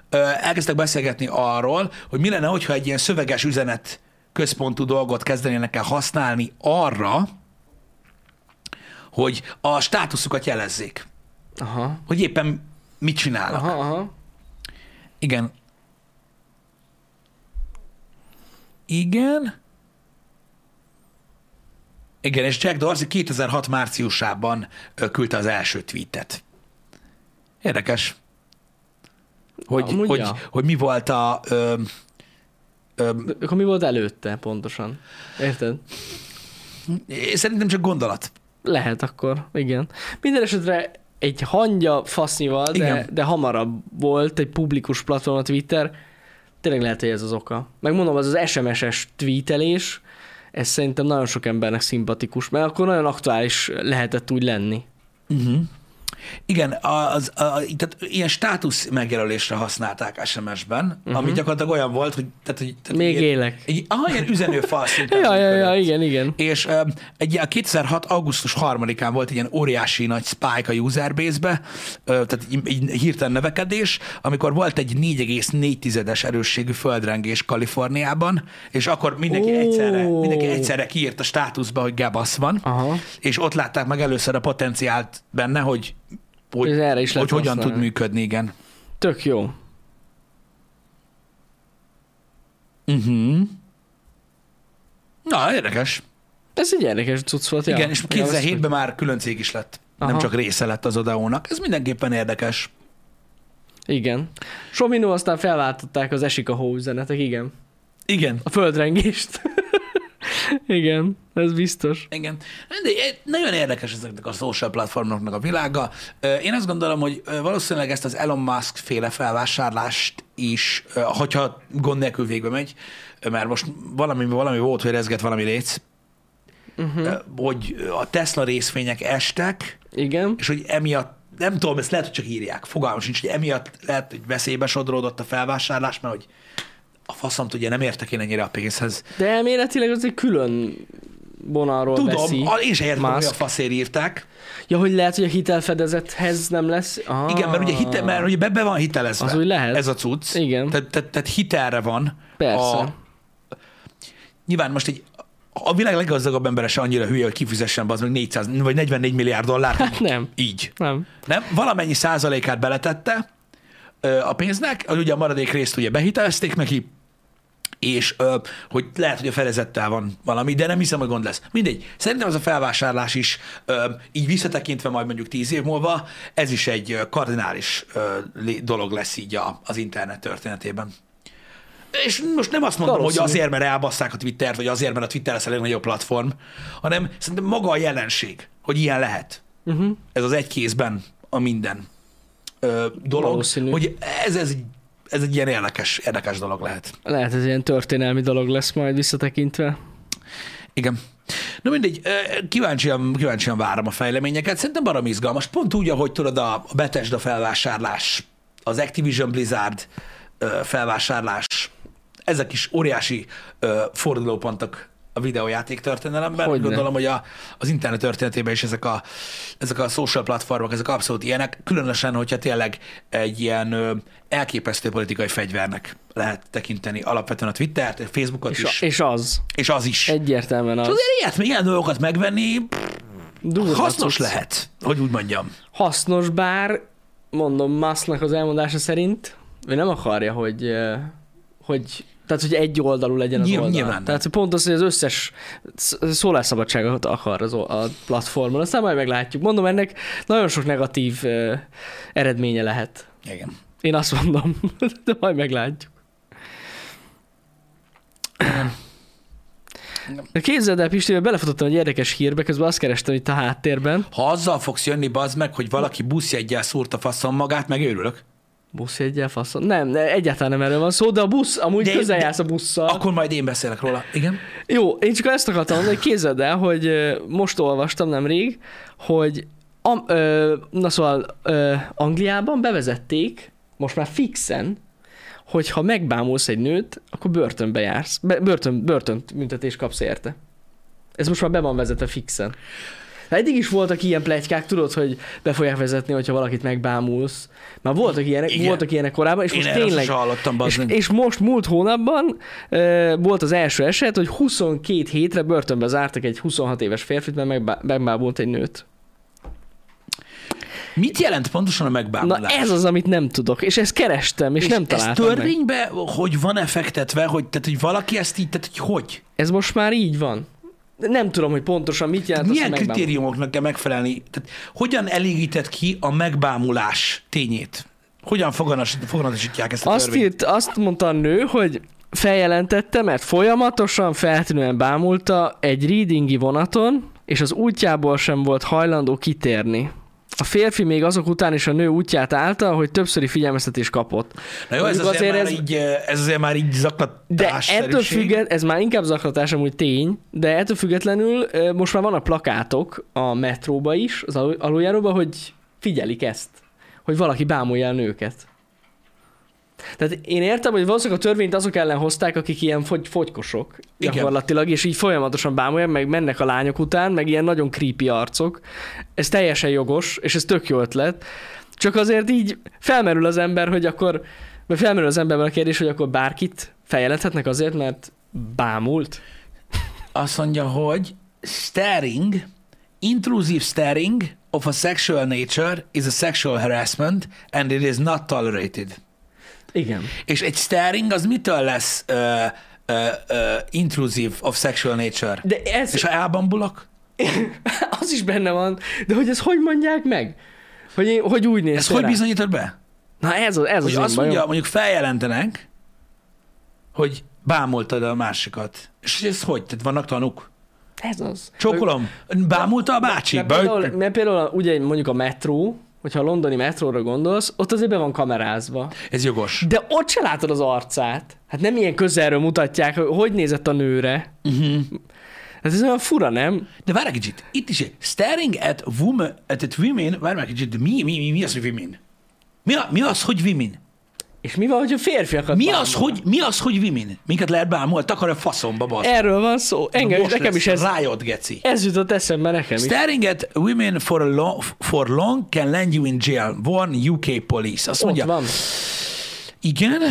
A: ö, elkezdtek beszélgetni arról, hogy mi lenne, hogyha egy ilyen szöveges üzenet központú dolgot kezdenének el használni arra, hogy a státuszukat jelezzék,
B: Aha.
A: hogy éppen mit csinálnak.
B: Aha, aha.
A: Igen. Igen. Igen, és Jack Dorsey 2006 márciusában ö, küldte az első tweetet. Érdekes. Hogy,
B: Amúgy
A: hogy,
B: ja.
A: hogy mi volt a... Ö, ö,
B: De Akkor mi volt előtte pontosan? Érted?
A: szerintem csak gondolat.
B: Lehet akkor, igen. Minden esetre egy hangya fasznyival, de,
A: Igen.
B: de hamarabb volt egy publikus platform a Twitter. Tényleg lehet, hogy ez az oka. Megmondom, az az SMS-es tweetelés, ez szerintem nagyon sok embernek szimpatikus, mert akkor nagyon aktuális lehetett úgy lenni.
A: Igen, az, a, tehát ilyen státusz megjelölésre használták SMS-ben, uh-huh. ami gyakorlatilag olyan volt, hogy... Tehát, hogy tehát
B: Mhm. Még
A: ilyen,
B: élek.
A: Egy, aha, ilyen üzenőfal szinten
B: Ja, ja, ja,
A: működött.
B: igen, igen.
A: És ö, egy a 2006. augusztus 3-án volt egy ilyen óriási nagy spike a userbase-be, ö, tehát így, így hirtelen növekedés, amikor volt egy 4,4-es erősségű földrengés Kaliforniában, és akkor mindenki,
B: Ó.
A: egyszerre, mindenki egyszerre kiírt a státuszba, hogy gebasz van,
B: Aha.
A: és ott látták meg először a potenciált benne, hogy hogy,
B: Ez erre is
A: hogy
B: lehet
A: hogyan tud
B: használni.
A: működni, igen.
B: Tök jó.
A: Uh-huh. Na, érdekes.
B: Ez egy érdekes cucc volt.
A: Igen,
B: ja.
A: és
B: Ja, azt-
A: 2007-ben már külön cég is lett. Aha. Nem
B: Aha.
A: csak része lett az Odeónak. Ez mindenképpen érdekes.
B: Igen. Sominó aztán felváltották az esik a hó üzenetek, igen.
A: Igen.
B: A földrengést. igen, ez biztos.
A: Igen. De nagyon érdekes ezeknek a social platformoknak a világa. Ö, Én azt gondolom, hogy ö, valószínűleg ezt az Elon Musk féle felvásárlást is, ö, hogyha gond nélkül végbe megy, ö, mert most valami, valami volt, hogy rezgett valami léc, uh-huh. hogy a Tesla részvények estek,
B: Igen.
A: és hogy emiatt, nem tudom, ezt lehet, hogy csak írják, fogalmam sincs, hogy emiatt lehet, hogy veszélybe sodródott a felvásárlás, mert hogy a faszom tudja, nem értek én ennyire a pénzhez.
B: De elméletileg az egy külön vonalról
A: Tudom,
B: veszi.
A: a- én sem értem, hogy a
B: Musk.
A: faszért írták.
B: Ja, hogy lehet, hogy a hitelfedezethez nem lesz. Ah,
A: Igen, mert ugye, hite, mert ugye be, be van hitelezve.
B: Az úgy lehet.
A: Ez a cucc.
B: Igen.
A: Tehát, tehát, tehát hitelre van.
B: Persze.
A: A, nyilván most egy a világ leggazdagabb embere se annyira hülye, hogy kifizessen az meg 400 vagy 44 milliárd dollárt.
B: Hát nem.
A: Így.
B: Nem.
A: Nem? Valamennyi százalékát beletette ö, a pénznek, az ugye a maradék részt ugye behitelezték neki, és ö, hogy lehet, hogy a fedezettel van valami, de nem hiszem, hogy gond lesz. Mindegy. Szerintem ez a felvásárlás is, ö, így visszatekintve majd mondjuk tíz év múlva, ez is egy ö, kardinális ö, lé- dolog lesz így a, az internet történetében. És most nem azt mondom,
B: Valószínű.
A: hogy azért, mert elbasszák a Twittert, vagy azért, mert a Twitter lesz a legnagyobb platform, hanem szerintem maga a jelenség, hogy ilyen lehet.
B: Mhm.
A: Uh-huh. Ez az egy kézben a minden ö, dolog,
B: Valószínű.
A: hogy ez, ez, egy- ez egy ilyen érdekes, érdekes dolog lehet.
B: Lehet, ez ilyen történelmi dolog lesz majd visszatekintve.
A: Igen. Na mindegy, ö, kíváncsian, kíváncsian várom a fejleményeket. Szerintem barom izgalmas. Pont úgy, ahogy tudod, a a Bethesda felvásárlás, az Activision Blizzard ö, felvásárlás, ezek is óriási ö, fordulópontok a videójáték történelemben.
B: Hogyne.
A: Gondolom, hogy a, az internet történetében is ezek a, ezek a social platformok, ezek abszolút ilyenek, különösen, hogyha tényleg egy ilyen ö, elképesztő politikai fegyvernek lehet tekinteni alapvetően a Twittert, a Facebookot
B: És,
A: is,
B: a, és az.
A: és az is.
B: Egyértelműen
A: És
B: az.
A: azért ilyet, még ilyen dolgokat megvenni,
B: Durva
A: hasznos
B: cucc.
A: lehet, hogy úgy mondjam.
B: Hasznos, bár mondom Musknak az elmondása szerint, ő nem akarja, hogy, eh, hogy tehát, hogy egy oldalú legyen az
A: Nyilv-
B: oldal.
A: nyilván nem.
B: Tehát hogy pont az, hogy az összes sz- szólásszabadságot akar az o- a platformon. Aztán majd meglátjuk. Mondom, ennek nagyon sok negatív eh, eredménye lehet.
A: Igen.
B: Én azt mondom, de majd meglátjuk. De Képzeld el, Pisti, mert belefutottam egy érdekes hírbe, közben azt kerestem itt a háttérben.
A: Ha azzal fogsz jönni, bazd meg, hogy valaki buszjeggyel szúrt a faszom magát, megőrülök,
B: Buszjegyel faszom. Nem, ne, egyáltalán nem erről van szó, de a busz, amúgy
A: De-
B: de, közel
A: de-
B: jársz a busszal. Ak-
A: akkor majd én beszélek róla. Igen?
B: Jó, én csak ezt akartam mondani, hogy képzeld el, hogy ö, most olvastam nemrég, hogy am, ö, na szóval ö, Angliában bevezették, most már fixen, hogy ha megbámulsz egy nőt, akkor börtönbe jársz. Be, börtön, börtön büntetés kapsz érte. Ez most már be van vezetve fixen. Hát eddig is voltak ilyen plegykák, tudod, hogy be fogják vezetni, hogyha valakit megbámulsz. Már voltak ilyenek,
A: Igen.
B: voltak ilyenek korábban, és
A: én
B: most
A: erről
B: tényleg
A: sose hallottam, bazd
B: és,
A: meg.
B: és most múlt hónapban ö, volt az első eset, hogy 22 hétre börtönbe zártak egy 26 éves férfit, mert megbá- megbábult egy nőt.
A: Mit jelent pontosan a
B: Na
A: megbámulás?
B: ez az, amit nem tudok, és ezt kerestem, és, és nem
A: ez
B: találtam meg.
A: törvénybe, hogy van-e fektetve, hogy, tehát, hogy valaki ezt így, tehát hogy hogy?
B: Ez most már így van. De Nem tudom, hogy pontosan mit
A: Tehát
B: jelent az,
A: milyen
B: hogy megbámult.
A: kritériumoknak kell megfelelni? Tehát hogyan elégített ki a megbámulás tényét? Hogyan foganas- foganatosítják ezt a
B: Azt,
A: törvényt?
B: írt, azt mondta a nő, hogy feljelentette, mert folyamatosan feltűnően bámulta egy readingi vonaton, és az útjából sem volt hajlandó kitérni. A férfi még azok után is a nő útját állta, hogy többszöri figyelmeztetés kapott.
A: Na jó, ez
B: Mondjuk
A: azért, azért már
B: ez-
A: ez... Így, ez azért már így
B: De
A: zaklatás
B: ettől függet, ez már inkább zaklatás, amúgy tény, de ettől függetlenül ö, most már vannak plakátok a metróba is, az alu- aluljáróba, hogy figyelik ezt, hogy valaki bámulja a nőket. Tehát én értem, hogy valószínűleg a törvényt azok ellen hozták, akik ilyen fogy, fogykosok
A: Igen.
B: gyakorlatilag, és így folyamatosan bámulják, meg mennek a lányok után, meg ilyen nagyon creepy arcok. Ez teljesen jogos, és ez tök jó ötlet. Csak azért így felmerül az ember, hogy akkor, vagy felmerül az emberben a kérdés, hogy akkor bárkit feljelenthetnek azért, mert bámult.
A: Azt mondja, hogy staring, intrusive staring of a sexual nature is a sexual harassment and it is not tolerated.
B: Igen.
A: És egy staring az mitől lesz uh, uh, uh, intrusive of sexual nature?
B: De ez,
A: És ha elbambulok?
B: az is benne van, de hogy ezt hogy mondják meg? Hogy, én, hogy úgy néz
A: Ezt hogy bizonyítod be?
B: Na ez, az- ez az
A: Hogy
B: én
A: azt
B: bajom.
A: mondja, mondjuk feljelentenek, hogy bámultad a másikat. És hogy ez hogy? Tehát vannak tanúk?
B: Ez az.
A: Csókolom. Bámulta a bácsi?
B: Mert például,
A: Beütte?
B: mert például a- ugye mondjuk a metró, hogyha a londoni metróra gondolsz, ott azért be van kamerázva.
A: Ez jogos.
B: De ott se látod az arcát. Hát nem ilyen közelről mutatják, hogy hogy nézett a nőre.
A: Mhm.
B: Hát ez olyan fura, nem?
A: De várj egy kicsit, itt is egy staring at woman, at, at women, várj már egy kicsit, de mi, mi, mi, mi az, hogy women? Mi, a, mi az, hogy women?
B: És mi van, hogy a férfiakat
A: Mi
B: bánnak?
A: az, hogy, mi az, hogy women? Minket lehet bámultak, arra faszomba, basz.
B: Erről van szó. E- Engem,
A: Most
B: nekem
A: lesz
B: is ez,
A: Riot, geci.
B: ez jutott eszembe, nekem is.
A: Staring at women for, a long, for long can land you in jail. One UK police. Azt
B: Ott
A: mondja,
B: van.
A: igen,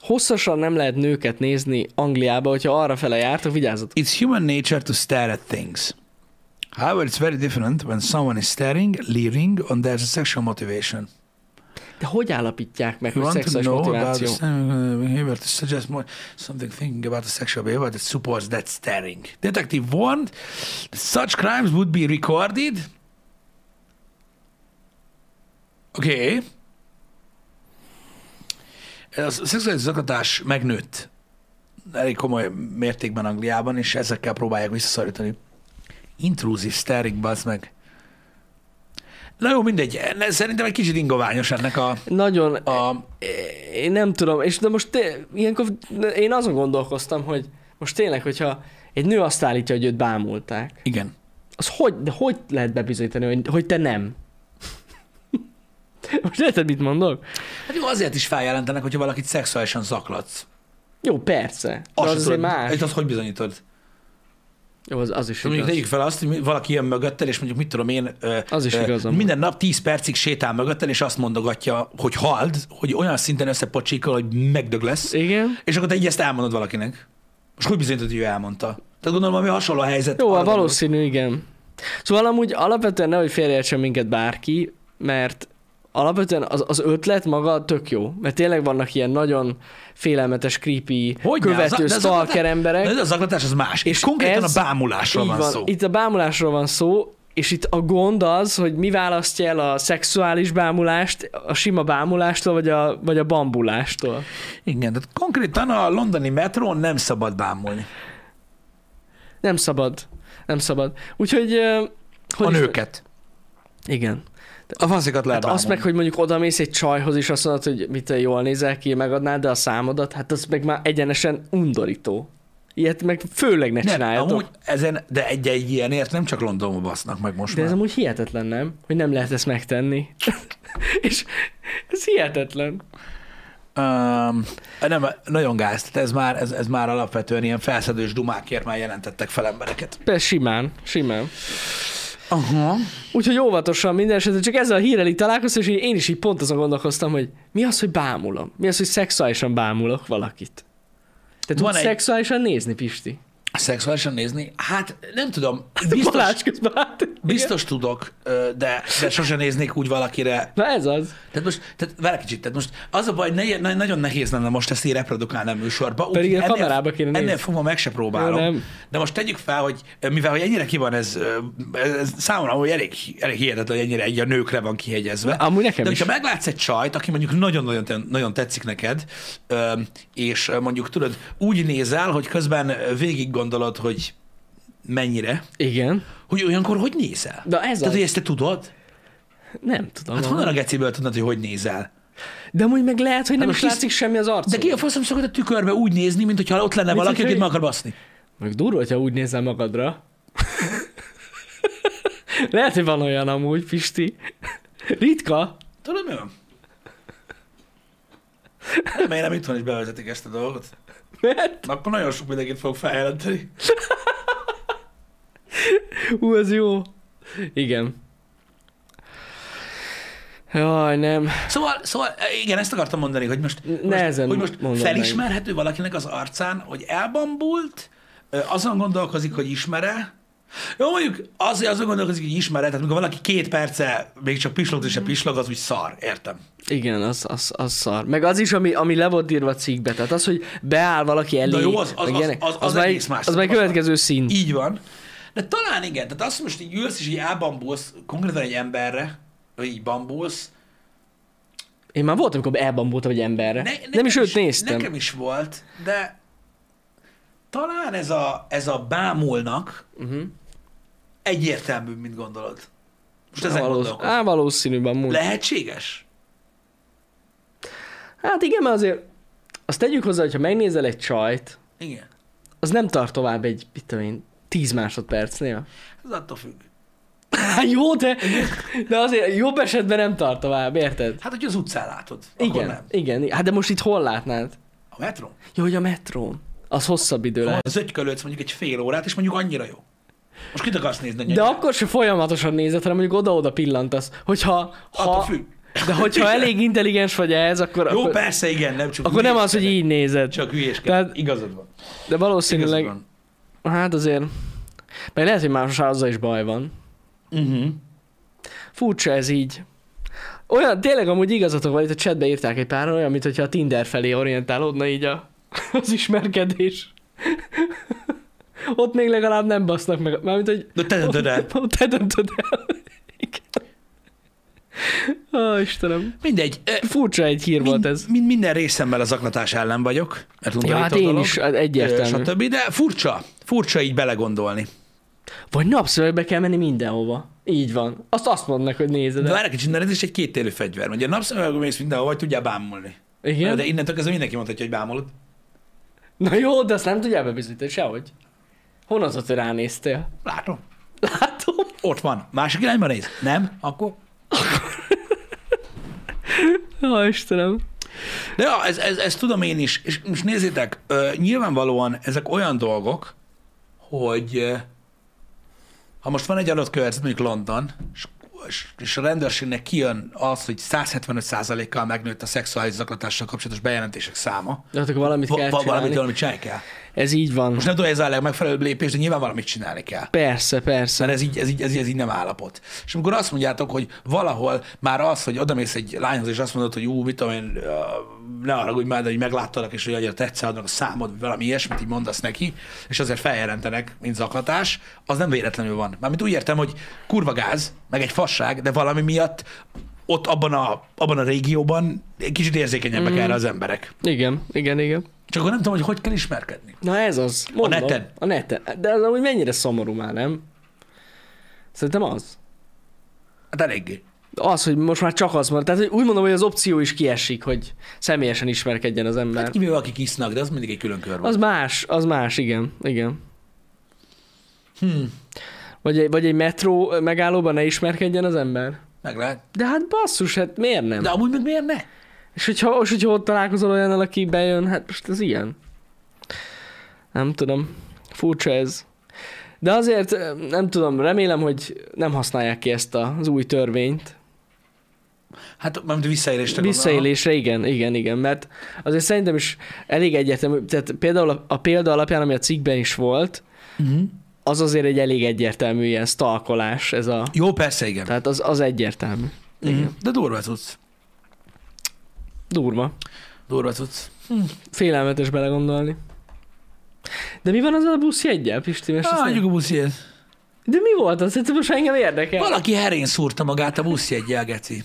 B: Hosszasan nem lehet nőket nézni Angliába, hogyha arra fele jártok, vigyázzatok.
A: it's human nature to stare at things. However, it's very different when someone is staring, leering, and there's a sexual motivation.
B: De hogy állapítják meg,
A: You
B: hogy
A: want to
B: szexuális
A: know about
B: motiváció?
A: the sexual behavior to suggest more something thinking about the sexual behavior that supports that staring. Detective warned that such crimes would be recorded. Oké. Okay. A szexuális zaklatás megnőtt elég komoly mértékben Angliában, és ezekkel próbálják visszaszorítani. Intrúzív staring, bazd meg. Na jó, mindegy. Szerintem egy kicsit ingoványos ennek a,
B: Nagyon,
A: a
B: én nem tudom, és de most té- ilyenkor én azon gondolkoztam, hogy most tényleg, hogyha egy nő azt állítja, hogy őt bámulták,
A: Igen.
B: az hogy, de hogy lehet bebizonyítani, hogy, hogy te nem? most érted, mit mondok?
A: Hát jó, azért is feljelentenek, hogyha valakit szexuálisan zaklatsz.
B: Jó, persze. De
A: Azt
B: az
A: se
B: azért
A: tudod,
B: más.
A: Itt azt hogy bizonyítod?
B: Jó, az, az is
A: Igaz. Mondjuk
B: igaz.
A: tegyük fel azt, hogy mi- valaki jön mögötted, és mondjuk mit tudom én, ö,
B: Az is
A: ö,
B: igaz, amúgy.
A: minden nap 10 percig sétál mögötted, és azt mondogatja, hogy hald, hogy olyan szinten összepacsíkol, hogy megdög lesz,
B: Igen.
A: és akkor te így ezt elmondod valakinek. És hogy bizonyítod, hogy ő elmondta? Tehát gondolom, ami hasonló a helyzet.
B: Jó,
A: arra
B: hát
A: gondolok.
B: valószínű, igen. Szóval amúgy alapvetően nehogy félreértsen minket bárki, mert alapvetően az, az ötlet maga tök jó, mert tényleg vannak ilyen nagyon félelmetes, creepy,
A: Hogyne,
B: követő,
A: az- de az-
B: stalker
A: De
B: emberek.
A: ez a zaklatás az más. És
B: És
A: konkrétan
B: ez-
A: a bámulásról
B: Így
A: van,
B: van,
A: szó.
B: Itt a bámulásról van szó, és itt a gond az, hogy mi választja el a szexuális bámulást, a sima bámulástól, vagy a, vagy a bambulástól.
A: Igen, tehát konkrétan a londoni metrón nem szabad bámulni.
B: Nem szabad. Nem szabad. Úgyhogy... ö, Hogy
A: a
B: is-
A: nőket.
B: Igen.
A: A faszikat lehet
B: Hát azt
A: bámulni.
B: meg, hogy mondjuk oda mész egy csajhoz, és azt mondod, hogy mit te jól nézel ki, megadnád, de a számodat, hát az meg már egyenesen undorító. Ilyet meg főleg ne
A: Nem,
B: csináljatok.
A: amúgy ezen, de egy-egy ilyenért nem csak Londonba basznak meg most
B: de ez
A: már.
B: amúgy hihetetlen, nem? Hogy nem lehet ezt megtenni. és ez hihetetlen.
A: Um, nem, nagyon gáz, tehát ez már, ez, ez már alapvetően ilyen felszedős dumákért már jelentettek fel embereket.
B: Persze simán, simán.
A: Aha.
B: Úgyhogy óvatosan minden esetre, csak ezzel a hírrel így találkoztam, és így én is így pont azon gondolkoztam, hogy mi az, hogy bámulom? Mi az, hogy szexuálisan bámulok valakit? Te
A: Van
B: tudsz egy...
A: egy-
B: szexuálisan nézni, Pisti?
A: Szexuálisan nézni? Hát nem tudom, biztos,
B: Balázs közben hát...
A: biztos tudok, ö, de, de sose néznék úgy valakire.
B: Na ez az.
A: Tehát most, tehát várj kicsit, tehát most az a baj, ne, ne, nagyon nehéz lenne most ezt így reprodukálni a műsorba.
B: Pedig
A: úgyhogy
B: a
A: ennél-
B: kamerába kéne nézni.
A: Ennél fogva meg se próbálom.
B: Jó, nem.
A: De most tegyük fel, hogy mivel hogy ennyire ki van ez, ö, ez számomra hogy elég, elég hihetetlen, hogy ennyire egy a nőkre van kihegyezve.
B: Amúgy nekem
A: De
B: is.
A: hogyha meglátsz egy csajt, aki mondjuk nagyon-nagyon te- nagyon tetszik neked, ö, és ö, mondjuk tudod, úgy nézel, hogy közben végig gondolod, hogy mennyire,
B: Igen.
A: hogy olyankor hogy nézel?
B: De ez
A: Tehát,
B: az.
A: hogy ezt te tudod?
B: Nem tudom.
A: Hát honnan a geciből tudod, hogy hogy nézel?
B: De amúgy meg lehet, hogy nem
A: most
B: is
A: hisz-
B: látszik semmi az arcon.
A: De ki a faszom szokott a tükörbe úgy nézni, mint hogyha ott lenne
B: Mint
A: valaki,
B: hogyha
A: akit
B: így-
A: meg akar baszni?
B: Meg durva, hogyha úgy nézel magadra. lehet, hogy van olyan amúgy, Pisti. Ritka.
A: Tudod, mi van? Remélem itthon is bevezetik ezt a dolgot.
B: Mert,
A: Na, Akkor nagyon sok mindenkit fog feljelenteni.
B: hú, ez jó. Igen. Jaj, nem.
A: Szóval, szóval, igen, ezt akartam mondani, hogy most,
B: Nehezen
A: most, hogy most
B: mondom
A: felismerhető valakinek az arcán, hogy elbambult, ö, azon gondolkozik, hogy ismere, jó, mondjuk az, hogy azon gondolkozik, hogy ismere, tehát amikor valaki két perce még csak pislog, és se pislog, az úgy szar, értem.
B: Igen, az, az, az szar. Meg az is, ami, ami le volt írva a cikkbe. Tehát az, hogy beáll valaki elé.
A: jó, az- az-
B: meg
A: az-
B: ilyenek.
A: az- az
B: már,
A: egész más.
B: Az már egy
A: Az-
B: következő szint.
A: Így van. De talán igen, tehát azt hogy most így ülsz, és így elbambulsz konkrétan egy emberre, vagy így bambulsz.
B: Én már voltam, amikor elbambultam egy emberre.
A: nekem
B: nem is őt néztem.
A: Nekem is volt, de talán ez a, ez a bámulnak
B: Uh-huh.
A: egyértelműbb, mint gondolod. Most ezen
B: Valósz...
A: gondolkodom.
B: Á, valószínűbb amúgy. Le...
A: Lehetséges?
B: Hát igen, mert azért azt tegyük hozzá, hogyha megnézel egy csajt,
A: Igen.
B: az nem tart tovább egy, mit tudom én, 10 másodpercnél.
A: Ez attól függ.
B: Hát jó, de, de azért jobb esetben nem tart tovább, érted?
A: Hát, hogy az utcán látod, akkor
B: Igen,
A: nem.
B: igen. Hát de most itt hol látnád?
A: A metró?
B: Jó, hogy a metrón. Az hosszabb idő
A: Ha
B: lehet.
A: zögykölődsz mondjuk egy fél órát, és mondjuk annyira jó. Most kit akarsz nézni?
B: De
A: annyira?
B: akkor se folyamatosan nézed, hanem mondjuk oda-oda pillantasz. Hogyha,
A: Attól
B: ha,
A: Hát függ.
B: de hogyha elég intelligens vagy ehhez, akkor,
A: Jó,
B: akkor,
A: persze, igen, nem csak
B: akkor nem az,
A: hülyéskedek.
B: hogy így nézed.
A: Csak hülyéskedek.
B: Tehát-
A: Igazad van.
B: De valószínűleg,
A: Igazad
B: Hát azért, meg
A: Mhm.
B: lehet, hogy más azzal is baj van.
A: van. Uh-huh.
B: Furcsa ez így. Olyan, tényleg amúgy igazatok van, itt a chatbe írták egy pár olyan, mint hogyha a Tinder felé orientálódna így a, az ismerkedés. Ott még legalább nem basznak meg, mármint, hogy
A: De te döntöd el.
B: Ott te döntöd el. Igen. Ó, Istenem.
A: Mindegy. Ö,
B: Furcsa egy hír volt
A: Mind-
B: ez.
A: Mind, minden részemmel az aknatás ellen vagyok, mert undorító
B: Ja, hát
A: a
B: én
A: dolog,
B: is, hát egyértelmű.
A: stb. De furcsa, furcsa így belegondolni.
B: Vagy napszövegbe kell menni mindenhova. Így van. Azt azt mondnak, hogy nézed
A: De
B: el.
A: várj egy kicsit, mert ez is egy kéttélű fegyver. Ugye napszemüvegben mész mindenhol, vagy tudjál bámulni.
B: Igen?
A: De innentől kezdve mindenki mondhatja, hogy bámulod.
B: Na jó, de azt nem tudjál bebizonyítani sehogy. Honnan az, hogy ránéztél?
A: Látom.
B: Látom.
A: Ott van. Másik irányba néz. Nem? Akkor.
B: Ó, Istenem.
A: De ja, ez, ez, ez tudom én is. És most nézzétek, ö, nyilvánvalóan ezek olyan dolgok, hogy ö, ha most van egy adott körzet, mondjuk London, és, és- és a rendőrségnek kijön az, hogy 175%-kal megnőtt a szexuális zaklatással kapcsolatos bejelentések száma,
B: De hát akkor valamit
A: va-
B: kell
A: va-
B: csinálni.
A: valamit, valamit csinálni kell.
B: Ez így van.
A: Most nem tudom, hogy ez a legmegfelelőbb lépés, de nyilván valamit csinálni kell.
B: Persze, persze.
A: Mert ez így, ez, így, ez, így, ez így nem állapot. És amikor azt mondjátok, hogy valahol már az, hogy odamész egy lányhoz, és azt mondod, hogy ú, mit tudom én, ö, ne haragudj már, de hogy megláttalak, és hogy annyira tetszel, adnak a számod, vagy valami ilyesmit így mondasz neki, és azért feljelentenek, mint zaklatás, az nem véletlenül van. Mármint úgy értem, hogy kurva gáz, meg egy fasság, de valami miatt ott abban a, abban a régióban egy kicsit érzékenyebbek mm. erre az emberek.
B: Igen, igen, igen.
A: Csak akkor nem tudom, hogy hogy kell ismerkedni.
B: Na ez az. Mondom.
A: neten.
B: A neten. De az amúgy mennyire szomorú már, nem? Szerintem az.
A: Hát eléggé.
B: Az, hogy most már csak az van. Tehát hogy úgy mondom, hogy az opció is kiesik, hogy személyesen ismerkedjen az ember.
A: Hát kivéve akik isznak, de az mindig egy külön kör van.
B: Az más, az más, igen, igen.
A: Hmm.
B: Vagy egy, vagy egy metró megállóban ne ismerkedjen az ember.
A: Meg lehet.
B: De hát basszus, hát miért nem?
A: De amúgy meg miért ne?
B: És hogyha, és hogyha ott találkozol olyannal, aki bejön, hát most ez ilyen. Nem tudom. Furcsa ez. De azért, eh, nem tudom, remélem, hogy nem használják ki ezt a- az új törvényt.
A: Hát, mármint visszaélésre
B: Visszaélésre, igen, igen, igen, mert azért szerintem is elég egyetemű, tehát például a, a példa alapján, ami a cikkben is volt,
A: Uh-huh.
B: az azért egy elég egyértelmű ilyen stalkolás, ez a...
A: Jó, persze, igen.
B: Tehát az, az egyértelmű.
A: uh-huh. De durva tudsz.
B: Durva.
A: Durva tudsz.
B: Félelmetes belegondolni. De mi van azzal a buszjeggyel, Pisti? Most
A: Ah,
B: azt nem-
A: mondjuk a buszjét.
B: De mi volt az? Hát most engem érdekel.
A: Valaki herén szúrta magát a buszjegyel, Geci.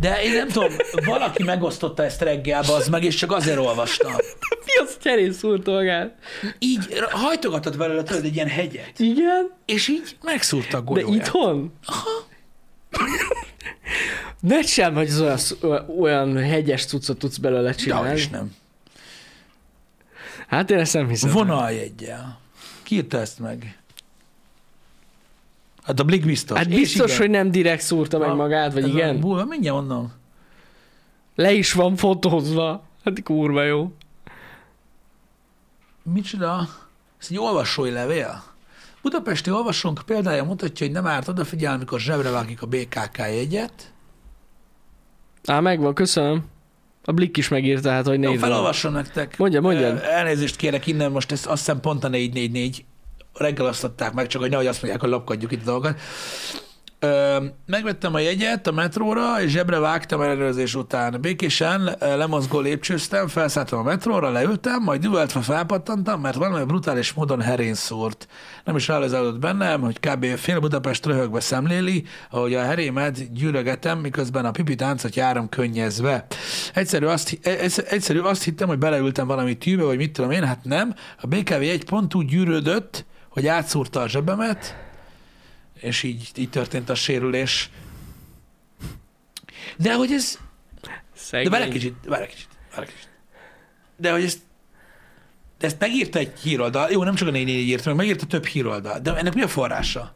A: De én nem tudom, valaki megosztotta ezt reggel, az meg, és csak azért olvastam.
B: Mi az cserén szúrt magát?
A: Így r- hajtogatott belőle tudod egy ilyen hegyet,
B: Igen?
A: és így megszúrta a
B: De
A: golyóját.
B: itthon? Ne sem, hogy az olyan, sz- olyan hegyes cuccot tudsz belőle
A: Ja,
B: csinálni.
A: is nem.
B: Hát én ezt nem hiszem.
A: Vonaljegyel. Ki írta ezt meg? Hát a Blik biztos.
B: Hát
A: És
B: biztos,
A: igen.
B: hogy nem direkt szúrta meg
A: A-
B: magát, vagy
A: Ez a
B: igen?
A: Búha, mindjárt onnan.
B: Le is van fotózva. Hát kurva jó.
A: Micsoda? Ez egy olvasói levél? Budapesti olvasónk példája mutatja, hogy nem árt odafigyelni, amikor zsebre vágik a BKK jegyet.
B: Á, megvan, köszönöm. A Blik is megírta, hát, hogy
A: Jó,
B: nézd.
A: felolvasom nektek.
B: Mondja, mondja.
A: Ö, Elnézést kérek innen, most ezt azt hiszem pont a 444 reggel azt adták meg, csak hogy nehogy azt mondják, hogy lopkodjuk itt a dolgot. Ö, megvettem a jegyet a metróra, és zsebre vágtam előzés után. Békésen ö, lemozgó lépcsőztem, felszálltam a metróra, leültem, majd üvöltve felpattantam, mert valami brutális módon herén szúrt. Nem is ráleződött bennem, hogy kb. fél Budapest röhögve szemléli, ahogy a herémet gyűrögetem, miközben a pipi táncot járom könnyezve. Egyszerű azt, hi- e- egyszer- egyszerű azt hittem, hogy beleültem valami tűbe, vagy mit tudom én, hát nem. A BKV egy pont úgy gyűrődött, hogy átszúrta a zsebemet, és így, így történt a sérülés. De hogy ez... De várj egy
B: Szegény.
A: kicsit, várj egy kicsit, várj egy kicsit. De hogy ezt... De ezt megírta egy híroldal, jó, nem csak a 444 írta, meg megírta több híroldal, de ennek mi a forrása?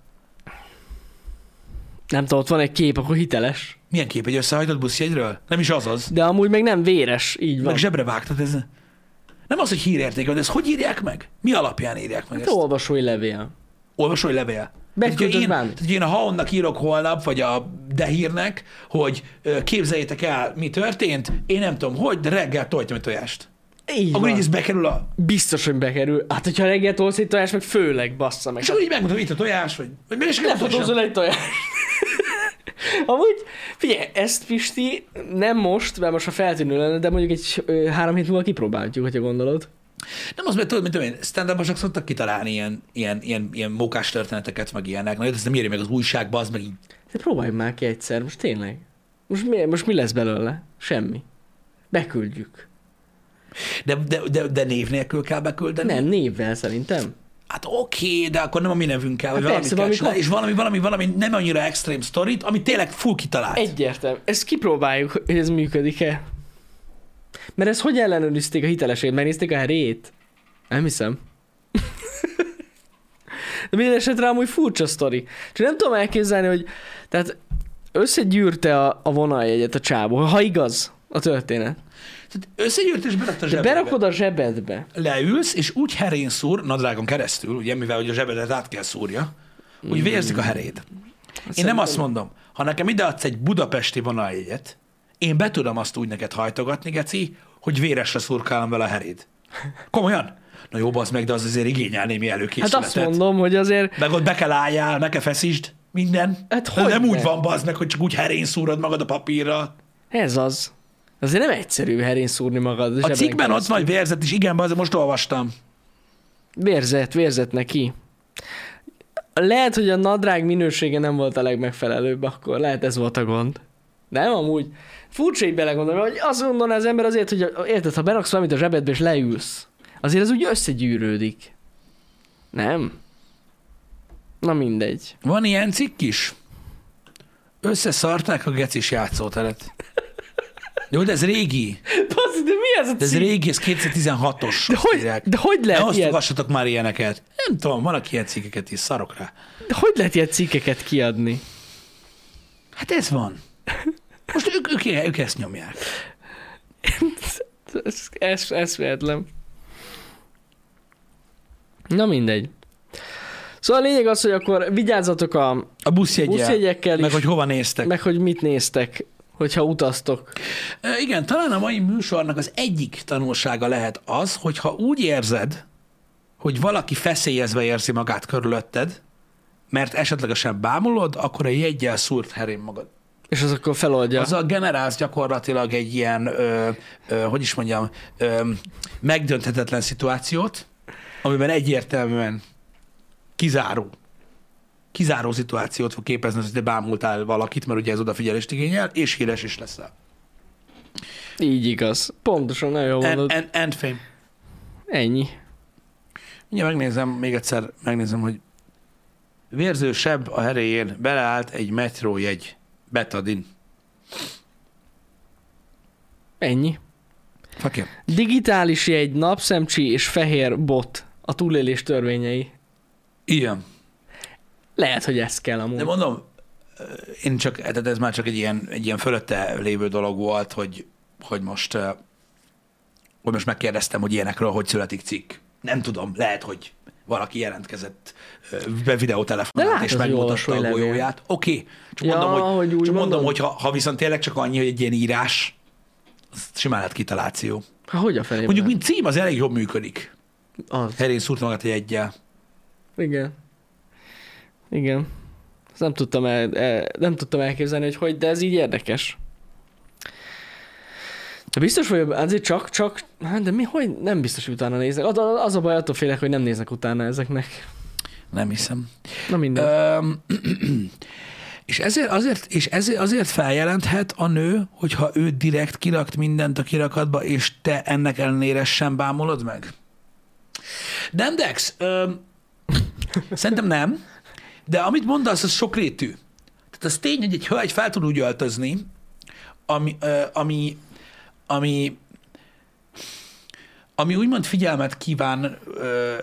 B: Nem tudom, ott van egy kép, akkor hiteles.
A: Milyen kép egy összehajtott buszjegyről? Nem is az az.
B: De amúgy meg nem véres, így van.
A: Meg zsebre vágtad, ez... Nem az, hogy hírértéke, de ezt hogy írják meg? Mi alapján írják meg
B: Hát
A: ezt?
B: olvasói levél.
A: olvasói levél.
B: Beküldött
A: Tehát, hogyha én,
B: bármit.
A: tehát, hogyha én a Haonnak írok holnap, vagy a Dehírnek, hogy ö, képzeljétek el, mi történt, én nem tudom hogy, de reggel tojtam egy tojást.
B: Így
A: Akkor
B: van.
A: így ez bekerül a...
B: Biztos, hogy bekerül. Hát, hogyha reggel tolsz egy tojás, meg főleg bassza meg.
A: És akkor így megmutatom, itt a tojás, vagy... vagy meg is
B: Nem
A: kell
B: fotózol egy tojás. Amúgy, figyelj, ezt Pisti nem most, mert most a feltűnő lenne, de mondjuk egy ö, három hét múlva kipróbáljuk, hogyha gondolod.
A: Nem az, mert tudod, mint tudom én, stand up szoktak kitalálni ilyen, ilyen, ilyen, ilyen mókás történeteket, meg ilyenek. Na, ez nem írja meg az újságba, az meg így.
B: De próbálj már ki egyszer, most tényleg. Most mi, most mi lesz belőle? Semmi. Beküldjük.
A: De, de, de, de név nélkül kell beküldeni?
B: Nem, névvel szerintem.
A: Hát oké, de akkor nem a mi nevünkkel, vagy
B: Hát
A: valamit
B: persze,
A: kell
B: valami
A: csinálni, és valami, valami, valami nem annyira extrém sztorit, ami tényleg full kitalált.
B: Egyértelmű. Ezt kipróbáljuk, hogy ez működik-e. Mert ezt hogy ellenőrizték a hitelesét? Megnézték a herét? Nem hiszem. De minden esetre amúgy furcsa sztori. Csak nem tudom elképzelni, hogy tehát összegyűrte a, a vonaljegyet a csávó, ha igaz a történet.
A: Tehát összegyűrt és berakta a
B: De
A: zsebedbe.
B: berakod a zsebedbe.
A: Leülsz, és úgy herén szúr, nadrágon keresztül, ugye, mivel hogy a zsebedet át kell szúrja,
B: Mm.
A: úgy vérzik a heréd. Én nem azt mondom, ha nekem ide adsz egy budapesti vonaljegyet, én be tudom azt úgy neked hajtogatni, Geci, hogy véresre szurkálom vele a heréd. Komolyan? Na jó, az meg, de az azért igényel némi
B: Hát
A: előkészületet.
B: azt mondom, hogy azért
A: Meg ott be kell álljál, meg kell feszítsd, minden.
B: Hát
A: De
B: hogy
A: nem úgy
B: ne?
A: van, bazd meg, hogy csak úgy herén szúrod magad a papírra.
B: ez az. Azért nem egyszerű herén szúrni magad.
A: A
B: zsebeden
A: cikkben ott van, hogy vérzet is, igen, bazd, most olvastam.
B: Vérzett, vérzett neki. Lehet, hogy a nadrág minősége nem volt a legmegfelelőbb akkor, lehet ez volt a gond. Nem, amúgy. Furcsa így belegondolni, hogy azt gondolná az ember azért, hogy a- érted, ha beraksz valamit a zsebedbe és leülsz, azért ez úgy összegyűrődik. Nem? Na mindegy.
A: Van ilyen cikk is. Összeszarták a gecis játszóteret. Jó, de ez régi.
B: Basz, de mi ez a
A: De ez
B: cím?
A: régi, ez 2016-os.
B: De
A: azt
B: hogy,
A: írják.
B: de hogy
A: Ne
B: lehet ilyet,
A: osztogassatok már ilyeneket. Nem tudom, vannak ilyen cikkeket is, szarok rá.
B: de hogy lehet ilyet cikkeket kiadni?
A: Hát ez van. Most ők, ők, ők ezt nyomják.
B: Ez, ez, ez véletlen. Na mindegy. Szóval a lényeg az, hogy akkor vigyázzatok a
A: A buszjegyel.
B: buszjegyekkel
A: Meg
B: is,
A: hogy hova néztek.
B: meg hogy mit néztek, hogyha utaztok.
A: Ö, Igen, talán a mai műsornak az egyik tanulsága lehet az, hogy ha úgy érzed, hogy valaki feszélyezve érzi magát körülötted, mert esetlegesen bámulod, akkor a jegyel szúrt herén magad.
B: És az akkor feloldja. Az
A: Azzal generálsz gyakorlatilag egy ilyen, ö, ö, hogy is mondjam, ö, megdönthetetlen szituációt, amiben egyértelműen kizáró, kizáró szituációt fog képezni, az, hogy te bámultál valakit, mert ugye ez odafigyelést igényel, és híres is leszel.
B: Így igaz. Pontosan, nagyon jól
A: And,
B: mondod.
A: and, and fame.
B: Ennyi.
A: Mindjárt megnézem, még egyszer megnézem, hogy vérzősebb a heréjén beleállt egy metrójegy. Betadin.
B: Ennyi.
A: Fakir.
B: Digitális jegy, napszemcsi és fehér bot a túlélés törvényei.
A: Igen.
B: Lehet, hogy ez kell amúgy.
A: De mondom, én csak, tehát ez már csak egy ilyen, egy ilyen fölötte lévő dolog volt, hogy, hogy most, eh, hogy most megkérdeztem, hogy ilyenekről hogy születik cikk. Nem tudom, lehet, hogy valaki jelentkezett eh, be videótelefonát,
B: látod,
A: és
B: hogy
A: megmutatta
B: olvasói
A: a
B: levél.
A: golyóját. Oké, okay. csak
B: Ja,
A: mondom, hogy,
B: hogy úgy
A: csak mondom,
B: mondod.
A: hogy ha, ha viszont tényleg csak annyi, hogy egy ilyen írás, az simán lehet kitaláció.
B: Ha, hogy a felében?
A: Mondjuk, mint cím, az elég jól működik.
B: Az.
A: Herén szúrt magát egy egyel.
B: Igen. Igen. Ezt nem tudtam, el, el, nem tudtam elképzelni, hogy hogy, de ez így érdekes. De biztos vagyok, azért csak, csak, hát de mi, hogy nem biztos, hogy utána néznek. Az, az a baj, attól félek, hogy nem néznek utána ezeknek.
A: Nem hiszem.
B: Na minden. Uh,
A: Öm, és ezért, azért, és ezért, azért feljelenthet a nő, hogyha ő direkt kirakt mindent a kirakatba, és te ennek ellenére sem bámulod meg? Nem, Dex. Öm, szerintem nem. De amit mondasz, az sokrétű. Tehát az tény, hogy egy hölgy fel tud úgy öltözni, ami, ö, ami, ami, ami úgymond figyelmet kíván ö,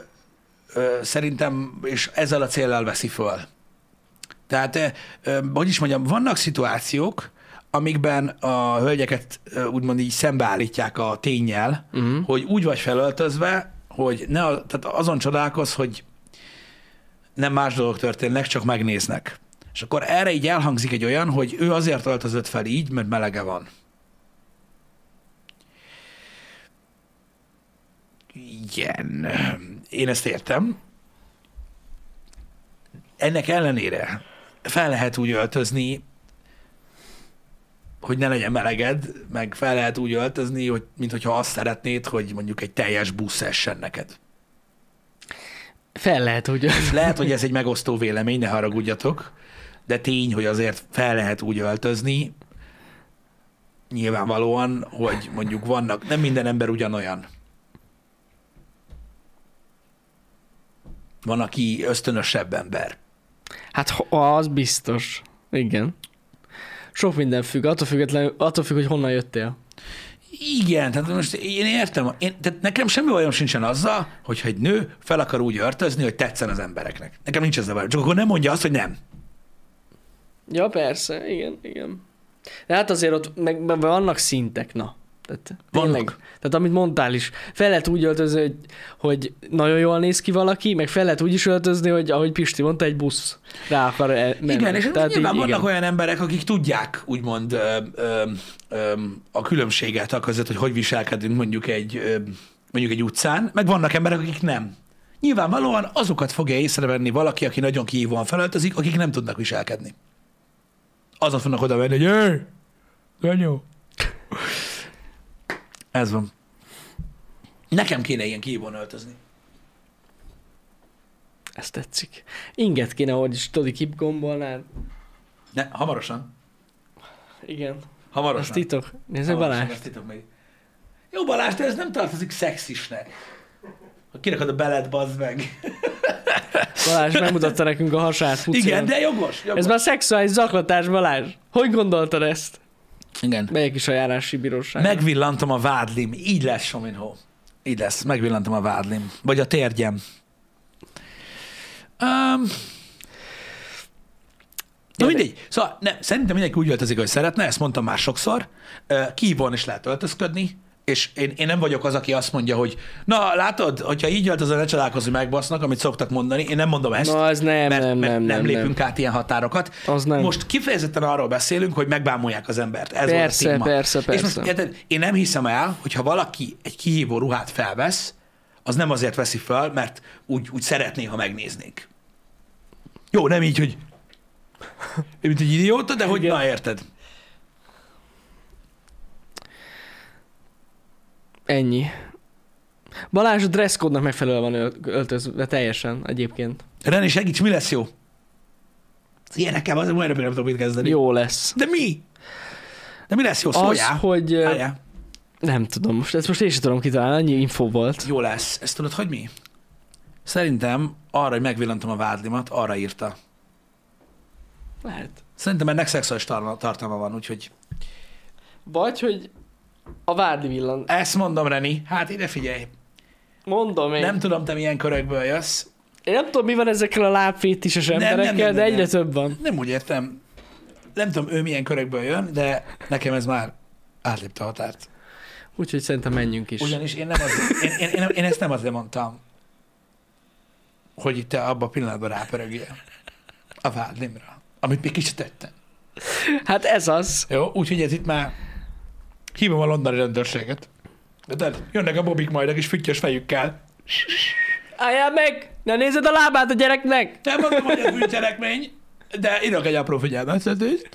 A: ö, szerintem, és ezzel a céllal veszi föl. Tehát, ö, ö, hogy is mondjam, vannak szituációk, amikben a hölgyeket ö, úgymond így szembeállítják a tényel, uh-huh. hogy úgy vagy felöltözve, hogy ne, a- tehát azon csodálkoz, hogy nem más dolgok történnek, csak megnéznek. És akkor erre így elhangzik egy olyan, hogy ő azért öltözött fel így, mert melege van. Igen, én ezt értem. Ennek ellenére fel lehet úgy öltözni, hogy ne legyen meleged, meg fel lehet úgy öltözni, hogy, mint hogyha azt szeretnéd, hogy mondjuk egy teljes busz essen neked.
B: Fel lehet, hogy...
A: Lehet, hogy ez egy megosztó vélemény, ne haragudjatok, de tény, hogy azért fel lehet úgy öltözni, nyilvánvalóan, hogy mondjuk vannak, nem minden ember ugyanolyan. Van, aki ösztönösebb ember.
B: Hát ho- az biztos. Igen. Sok minden függ, attól, függetlenül, attól függ, hogy honnan jöttél.
A: Igen, tehát most én értem, én, tehát nekem semmi bajom sincsen azzal, hogyha egy nő fel akar úgy öltözni, hogy tetszen az embereknek. Nekem nincs ezzel bajom, csak akkor nem mondja azt, hogy nem.
B: Ja, persze, igen, igen. De hát azért ott meg, meg vannak szintek, na. Tehát,
A: Vannak.
B: tényleg. Tehát amit mondtál is, fel lehet úgy öltözni, hogy, hogy nagyon jól néz ki valaki, meg fel lehet úgy is öltözni, hogy ahogy Pisti mondta, egy busz rá akar el- menni.
A: Igen, és Tehát nyilván
B: így-
A: vannak olyan emberek, akik tudják úgymond ö, ö, ö, a különbséget a között, hogy hogy viselkedünk mondjuk egy, ö, mondjuk egy utcán, meg vannak emberek, akik nem. Nyilvánvalóan azokat fogja észrevenni valaki, aki nagyon kihívóan felöltözik, akik nem tudnak viselkedni. Azon fognak oda venni, hogy "Éj, Danyó. Ez van. Nekem kéne ilyen kihívóan öltözni.
B: Ez tetszik. Inget kéne, hogy is tudod, kip gombolnád.
A: Ne, hamarosan.
B: Igen.
A: Hamarosan.
B: Ez titok. Nézd meg
A: Hamarosan
B: Balázs.
A: ezt titok meg. Jó, Balázs, de ez nem tartozik szexisnek. Ha kirakod a beled, bazd meg.
B: Balázs megmutatta nekünk a hasát. Pucéron.
A: Igen, de jogos. jogos.
B: Ez már szexuális zaklatás, Balázs. Hogy gondoltad ezt?
A: Igen.
B: Megyek is a járási bíróság.
A: Megvillantam a vádlim. Így lesz, Sominho. Így lesz. Megvillantam a vádlim. Vagy a térgyem. Um, Na
B: Ja, de-
A: mindegy. Szóval nem, szerintem mindenki úgy öltözik, hogy szeretne, ezt mondtam már sokszor. Ö, Kívón is lehet öltözködni, és én, én nem vagyok az, aki azt mondja, hogy na látod, hogyha így öltözöl, ne csodálkozz, hogy megbasznak, amit szoktak mondani. Én nem mondom ezt,
B: Na, ez nem,
A: mert,
B: nem,
A: mert
B: nem,
A: nem
B: nem,
A: lépünk át ilyen határokat.
B: Az nem.
A: Most kifejezetten arról beszélünk, hogy megbámolják az embert. Ez volt a
B: Persze,
A: stigma.
B: persze,
A: És most
B: persze.
A: Érted? Én nem hiszem el, hogy ha valaki egy kihívó ruhát felvesz, az nem azért veszi fel, mert úgy, úgy szeretné, ha megnéznék. Jó, nem így, hogy mint egy idióta, de hogy
B: Igen.
A: na érted.
B: Ennyi. Balázs a dresscode-nak megfelelően van ölt- öltözve teljesen egyébként.
A: René, segíts, mi lesz jó? Ilyenekkel az olyan nem tudok mit kezdeni.
B: Jó lesz.
A: De mi? De mi lesz jó?
B: Az,
A: Szóljál.
B: hogy... ö,
A: Álljál.
B: Nem tudom, most, ezt most én sem tudom kitalálni, annyi info volt.
A: Jó lesz. Ezt tudod, hogy mi? Szerintem arra, hogy megvillantam a vádlimat, arra írta.
B: Lehet.
A: Szerintem ennek szexuális tarna- tartalma van, úgyhogy
B: Vagy, hogy a vádli villan.
A: Ezt mondom, Reni. Hát ide figyelj.
B: Mondom én.
A: Nem tudom, te milyen körökből jössz.
B: Én nem tudom, mi van ezekkel a lábfétises
A: Nem, nem,
B: emberekkel,
A: nem, nem,
B: de egyre
A: nem.
B: több van.
A: Nem úgy értem. Nem tudom, ő milyen körökből jön, de nekem ez már átlépte a határt.
B: Úgyhogy szerintem menjünk is.
A: Ugyanis én, nem az, én, én, én, nem- én ezt nem azért mondtam, hogy itt te abba a pillanatban rápörögjél a vádlimra, amit még kicsit tettem.
B: Hát ez az.
A: Jó, úgyhogy ez itt már hívom a londoni rendőrséget. De, de jönnek a bobik majd a kis füttyös fejükkel.
B: Álljál meg! Ne nézed a lábát a gyereknek!
A: Nem mondom, hogy ez bűncselekmény, de írok egy apró figyelmeztetést.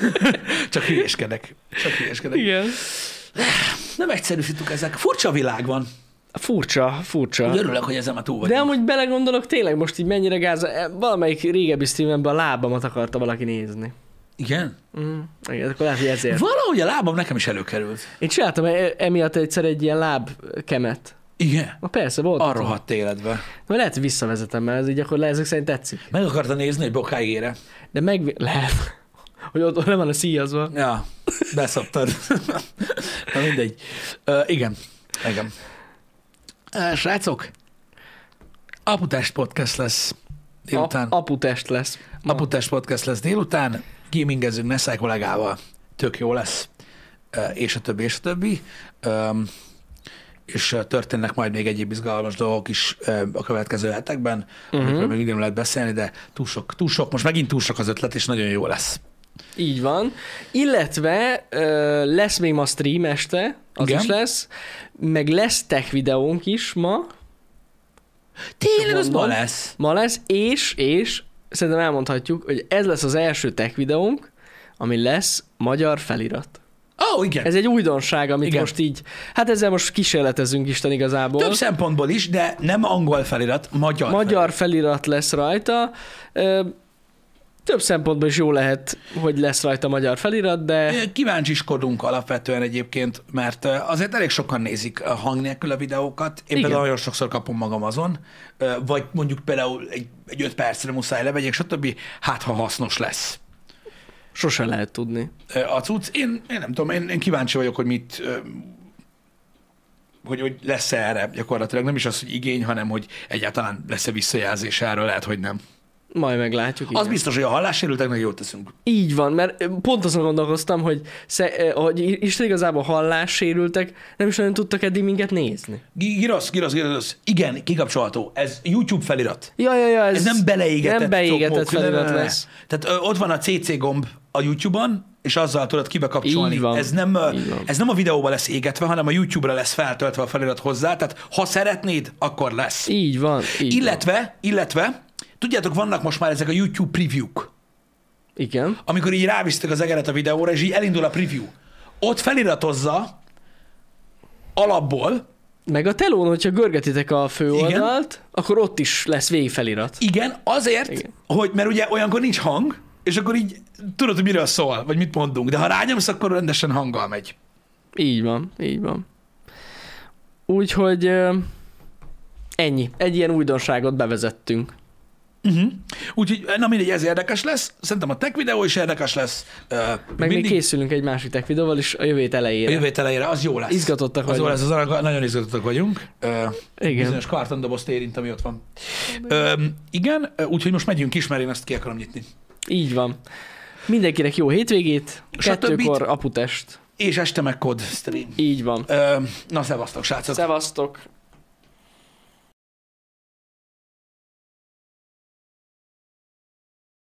A: Csak hülyéskedek. Csak hülyéskedek.
B: Igen.
A: Nem egyszerűsítük ezek. Furcsa világ van.
B: Furcsa, furcsa.
A: Úgy Örülök, hogy ezen már túl
B: De
A: vagyunk.
B: amúgy belegondolok, tényleg most így mennyire gáz, e, valamelyik régebbi streamemben a lábamat akarta valaki nézni.
A: Igen.
B: Mm. Igen, akkor lehet, hogy ezért.
A: Valahogy a lábam nekem is előkerült.
B: Én csináltam e- emiatt egyszer egy ilyen lábkemet.
A: Igen.
B: Na persze, volt.
A: A rohadt életbe.
B: Na, lehet, hogy visszavezetem, mert ez így akkor le, ezek szerint tetszik.
A: Meg akarta nézni, hogy bokáigére.
B: De meg lehet, hogy ott ott le van a szíjazva.
A: Ja, beszoptad. Na mindegy. Ö, igen. Igen. Ö, srácok, Aputás podcast lesz délután.
B: Ap- aputest lesz. Ma.
A: Naputás podcast lesz délután, gamingezünk Nessai kollégával, tök jó lesz, Ö, és a többi, és a többi. Öm, És ö, történnek majd még egyéb izgalmas dolgok is ö, a következő hetekben, uh-huh. amikről még nem lehet beszélni, de túl sok, túl sok, most megint túl sok az ötlet, és nagyon jó lesz.
B: Így van. Illetve ö, lesz még ma stream este, az
A: Igen.
B: is lesz. Meg lesz tech videónk is ma.
A: Tényleg az
B: Mondom.
A: ma lesz?
B: Ma lesz, és, és szerintem elmondhatjuk, hogy ez lesz az első tech videónk, ami lesz magyar felirat.
A: Ó, oh, igen.
B: Ez egy újdonság, amit
A: Igen.
B: Igen. most így, hát ezzel most kísérletezünk Isten igazából.
A: Több szempontból is, de nem angol felirat, magyar.
B: Magyar felirat lesz rajta. Ö, Több szempontból is jó lehet, hogy lesz rajta magyar felirat, de
A: felirat. Kíváncsiskodunk alapvetően egyébként, mert ö, azért elég sokan nézik a hang nélkül a videókat. Én
B: Igen.
A: például nagyon sokszor kapom magam azon, ö, vagy mondjuk például egy, egy öt percre muszáj levegyek, stb. Hát, ha hasznos lesz.
B: sose lehet tudni.
A: Ö, a cucc. Én, én nem tudom, én, én kíváncsi vagyok, hogy mit, ö, hogy, hogy lesz-e erre gyakorlatilag. Nem is az, hogy igény, hanem hogy egyáltalán lesz-e visszajelzés erről, lehet, hogy nem.
B: Majd meglátjuk.
A: Igen. Az biztos, hogy a hallássérülteknek jót teszünk.
B: Így van, mert pont azon gondolkoztam, hogy, sze, eh, hogy Isten igazából hallássérültek, nem is nagyon tudtak eddig minket nézni.
A: Gi- Girosz, girosz, girosz. Igen, kikapcsolható. Ez YouTube felirat.
B: Ja, ja, ja,
A: Ez, ez nem beleégetett,
B: nem beégetett
A: csomók, ne, ne,
B: felirat
A: ne, ne.
B: lesz.
A: Tehát ö, ott van a CC gomb a YouTube-on, és azzal tudod kibekapcsolni.
B: Így van.
A: Ez nem, ö,
B: Így van.
A: ez nem a videóba lesz égetve, hanem a YouTube-ra lesz feltöltve a felirat hozzá, tehát ha szeretnéd, akkor lesz.
B: Így van, így van.
A: Illetve, illetve, tudjátok, vannak most már ezek a YouTube preview-k,
B: Igen.
A: amikor így rávisztek az egeret a videóra, és így elindul a preview. Ott feliratozza alapból,
B: Meg a telón, hogyha görgetitek a főoldalt, Igen. akkor ott is lesz végigfelirat.
A: igen, azért, igen.
B: Igen.
A: hogy mert ugye olyankor nincs hang, és akkor így tudod, hogy miről szól, vagy mit mondunk, de ha rányomsz, akkor rendesen hanggal megy.
B: Így van, így van. Úgyhogy ö, ennyi. Egy ilyen újdonságot bevezettünk.
A: Uh-huh. Úgyhogy, na mindegy, ez érdekes lesz. Szerintem a tech videó is érdekes lesz. Ö,
B: Meg Mindig... még készülünk egy másik tech videóval is a jövét
A: a
B: elejére. Jövő...
A: jövő hét elejére, az jó lesz.
B: Izgatottak
A: az jó
B: vagyunk.
A: lesz, az arra, nagyon izgatottak vagyunk. Ö, Igen.
B: Igen.
A: bizonyos kartondobozt érint, ami ott van. Öm, igen, ö, úgyhogy most megyünk is, mert én ezt ki akarom nyitni.
B: Így van. Mindenkinek jó hétvégét,
A: S a többit?
B: kettőkor aputest.
A: És este meg kod stream.
B: Így van.
A: Öm, na, szevasztok, srácok!
B: Szevasztok!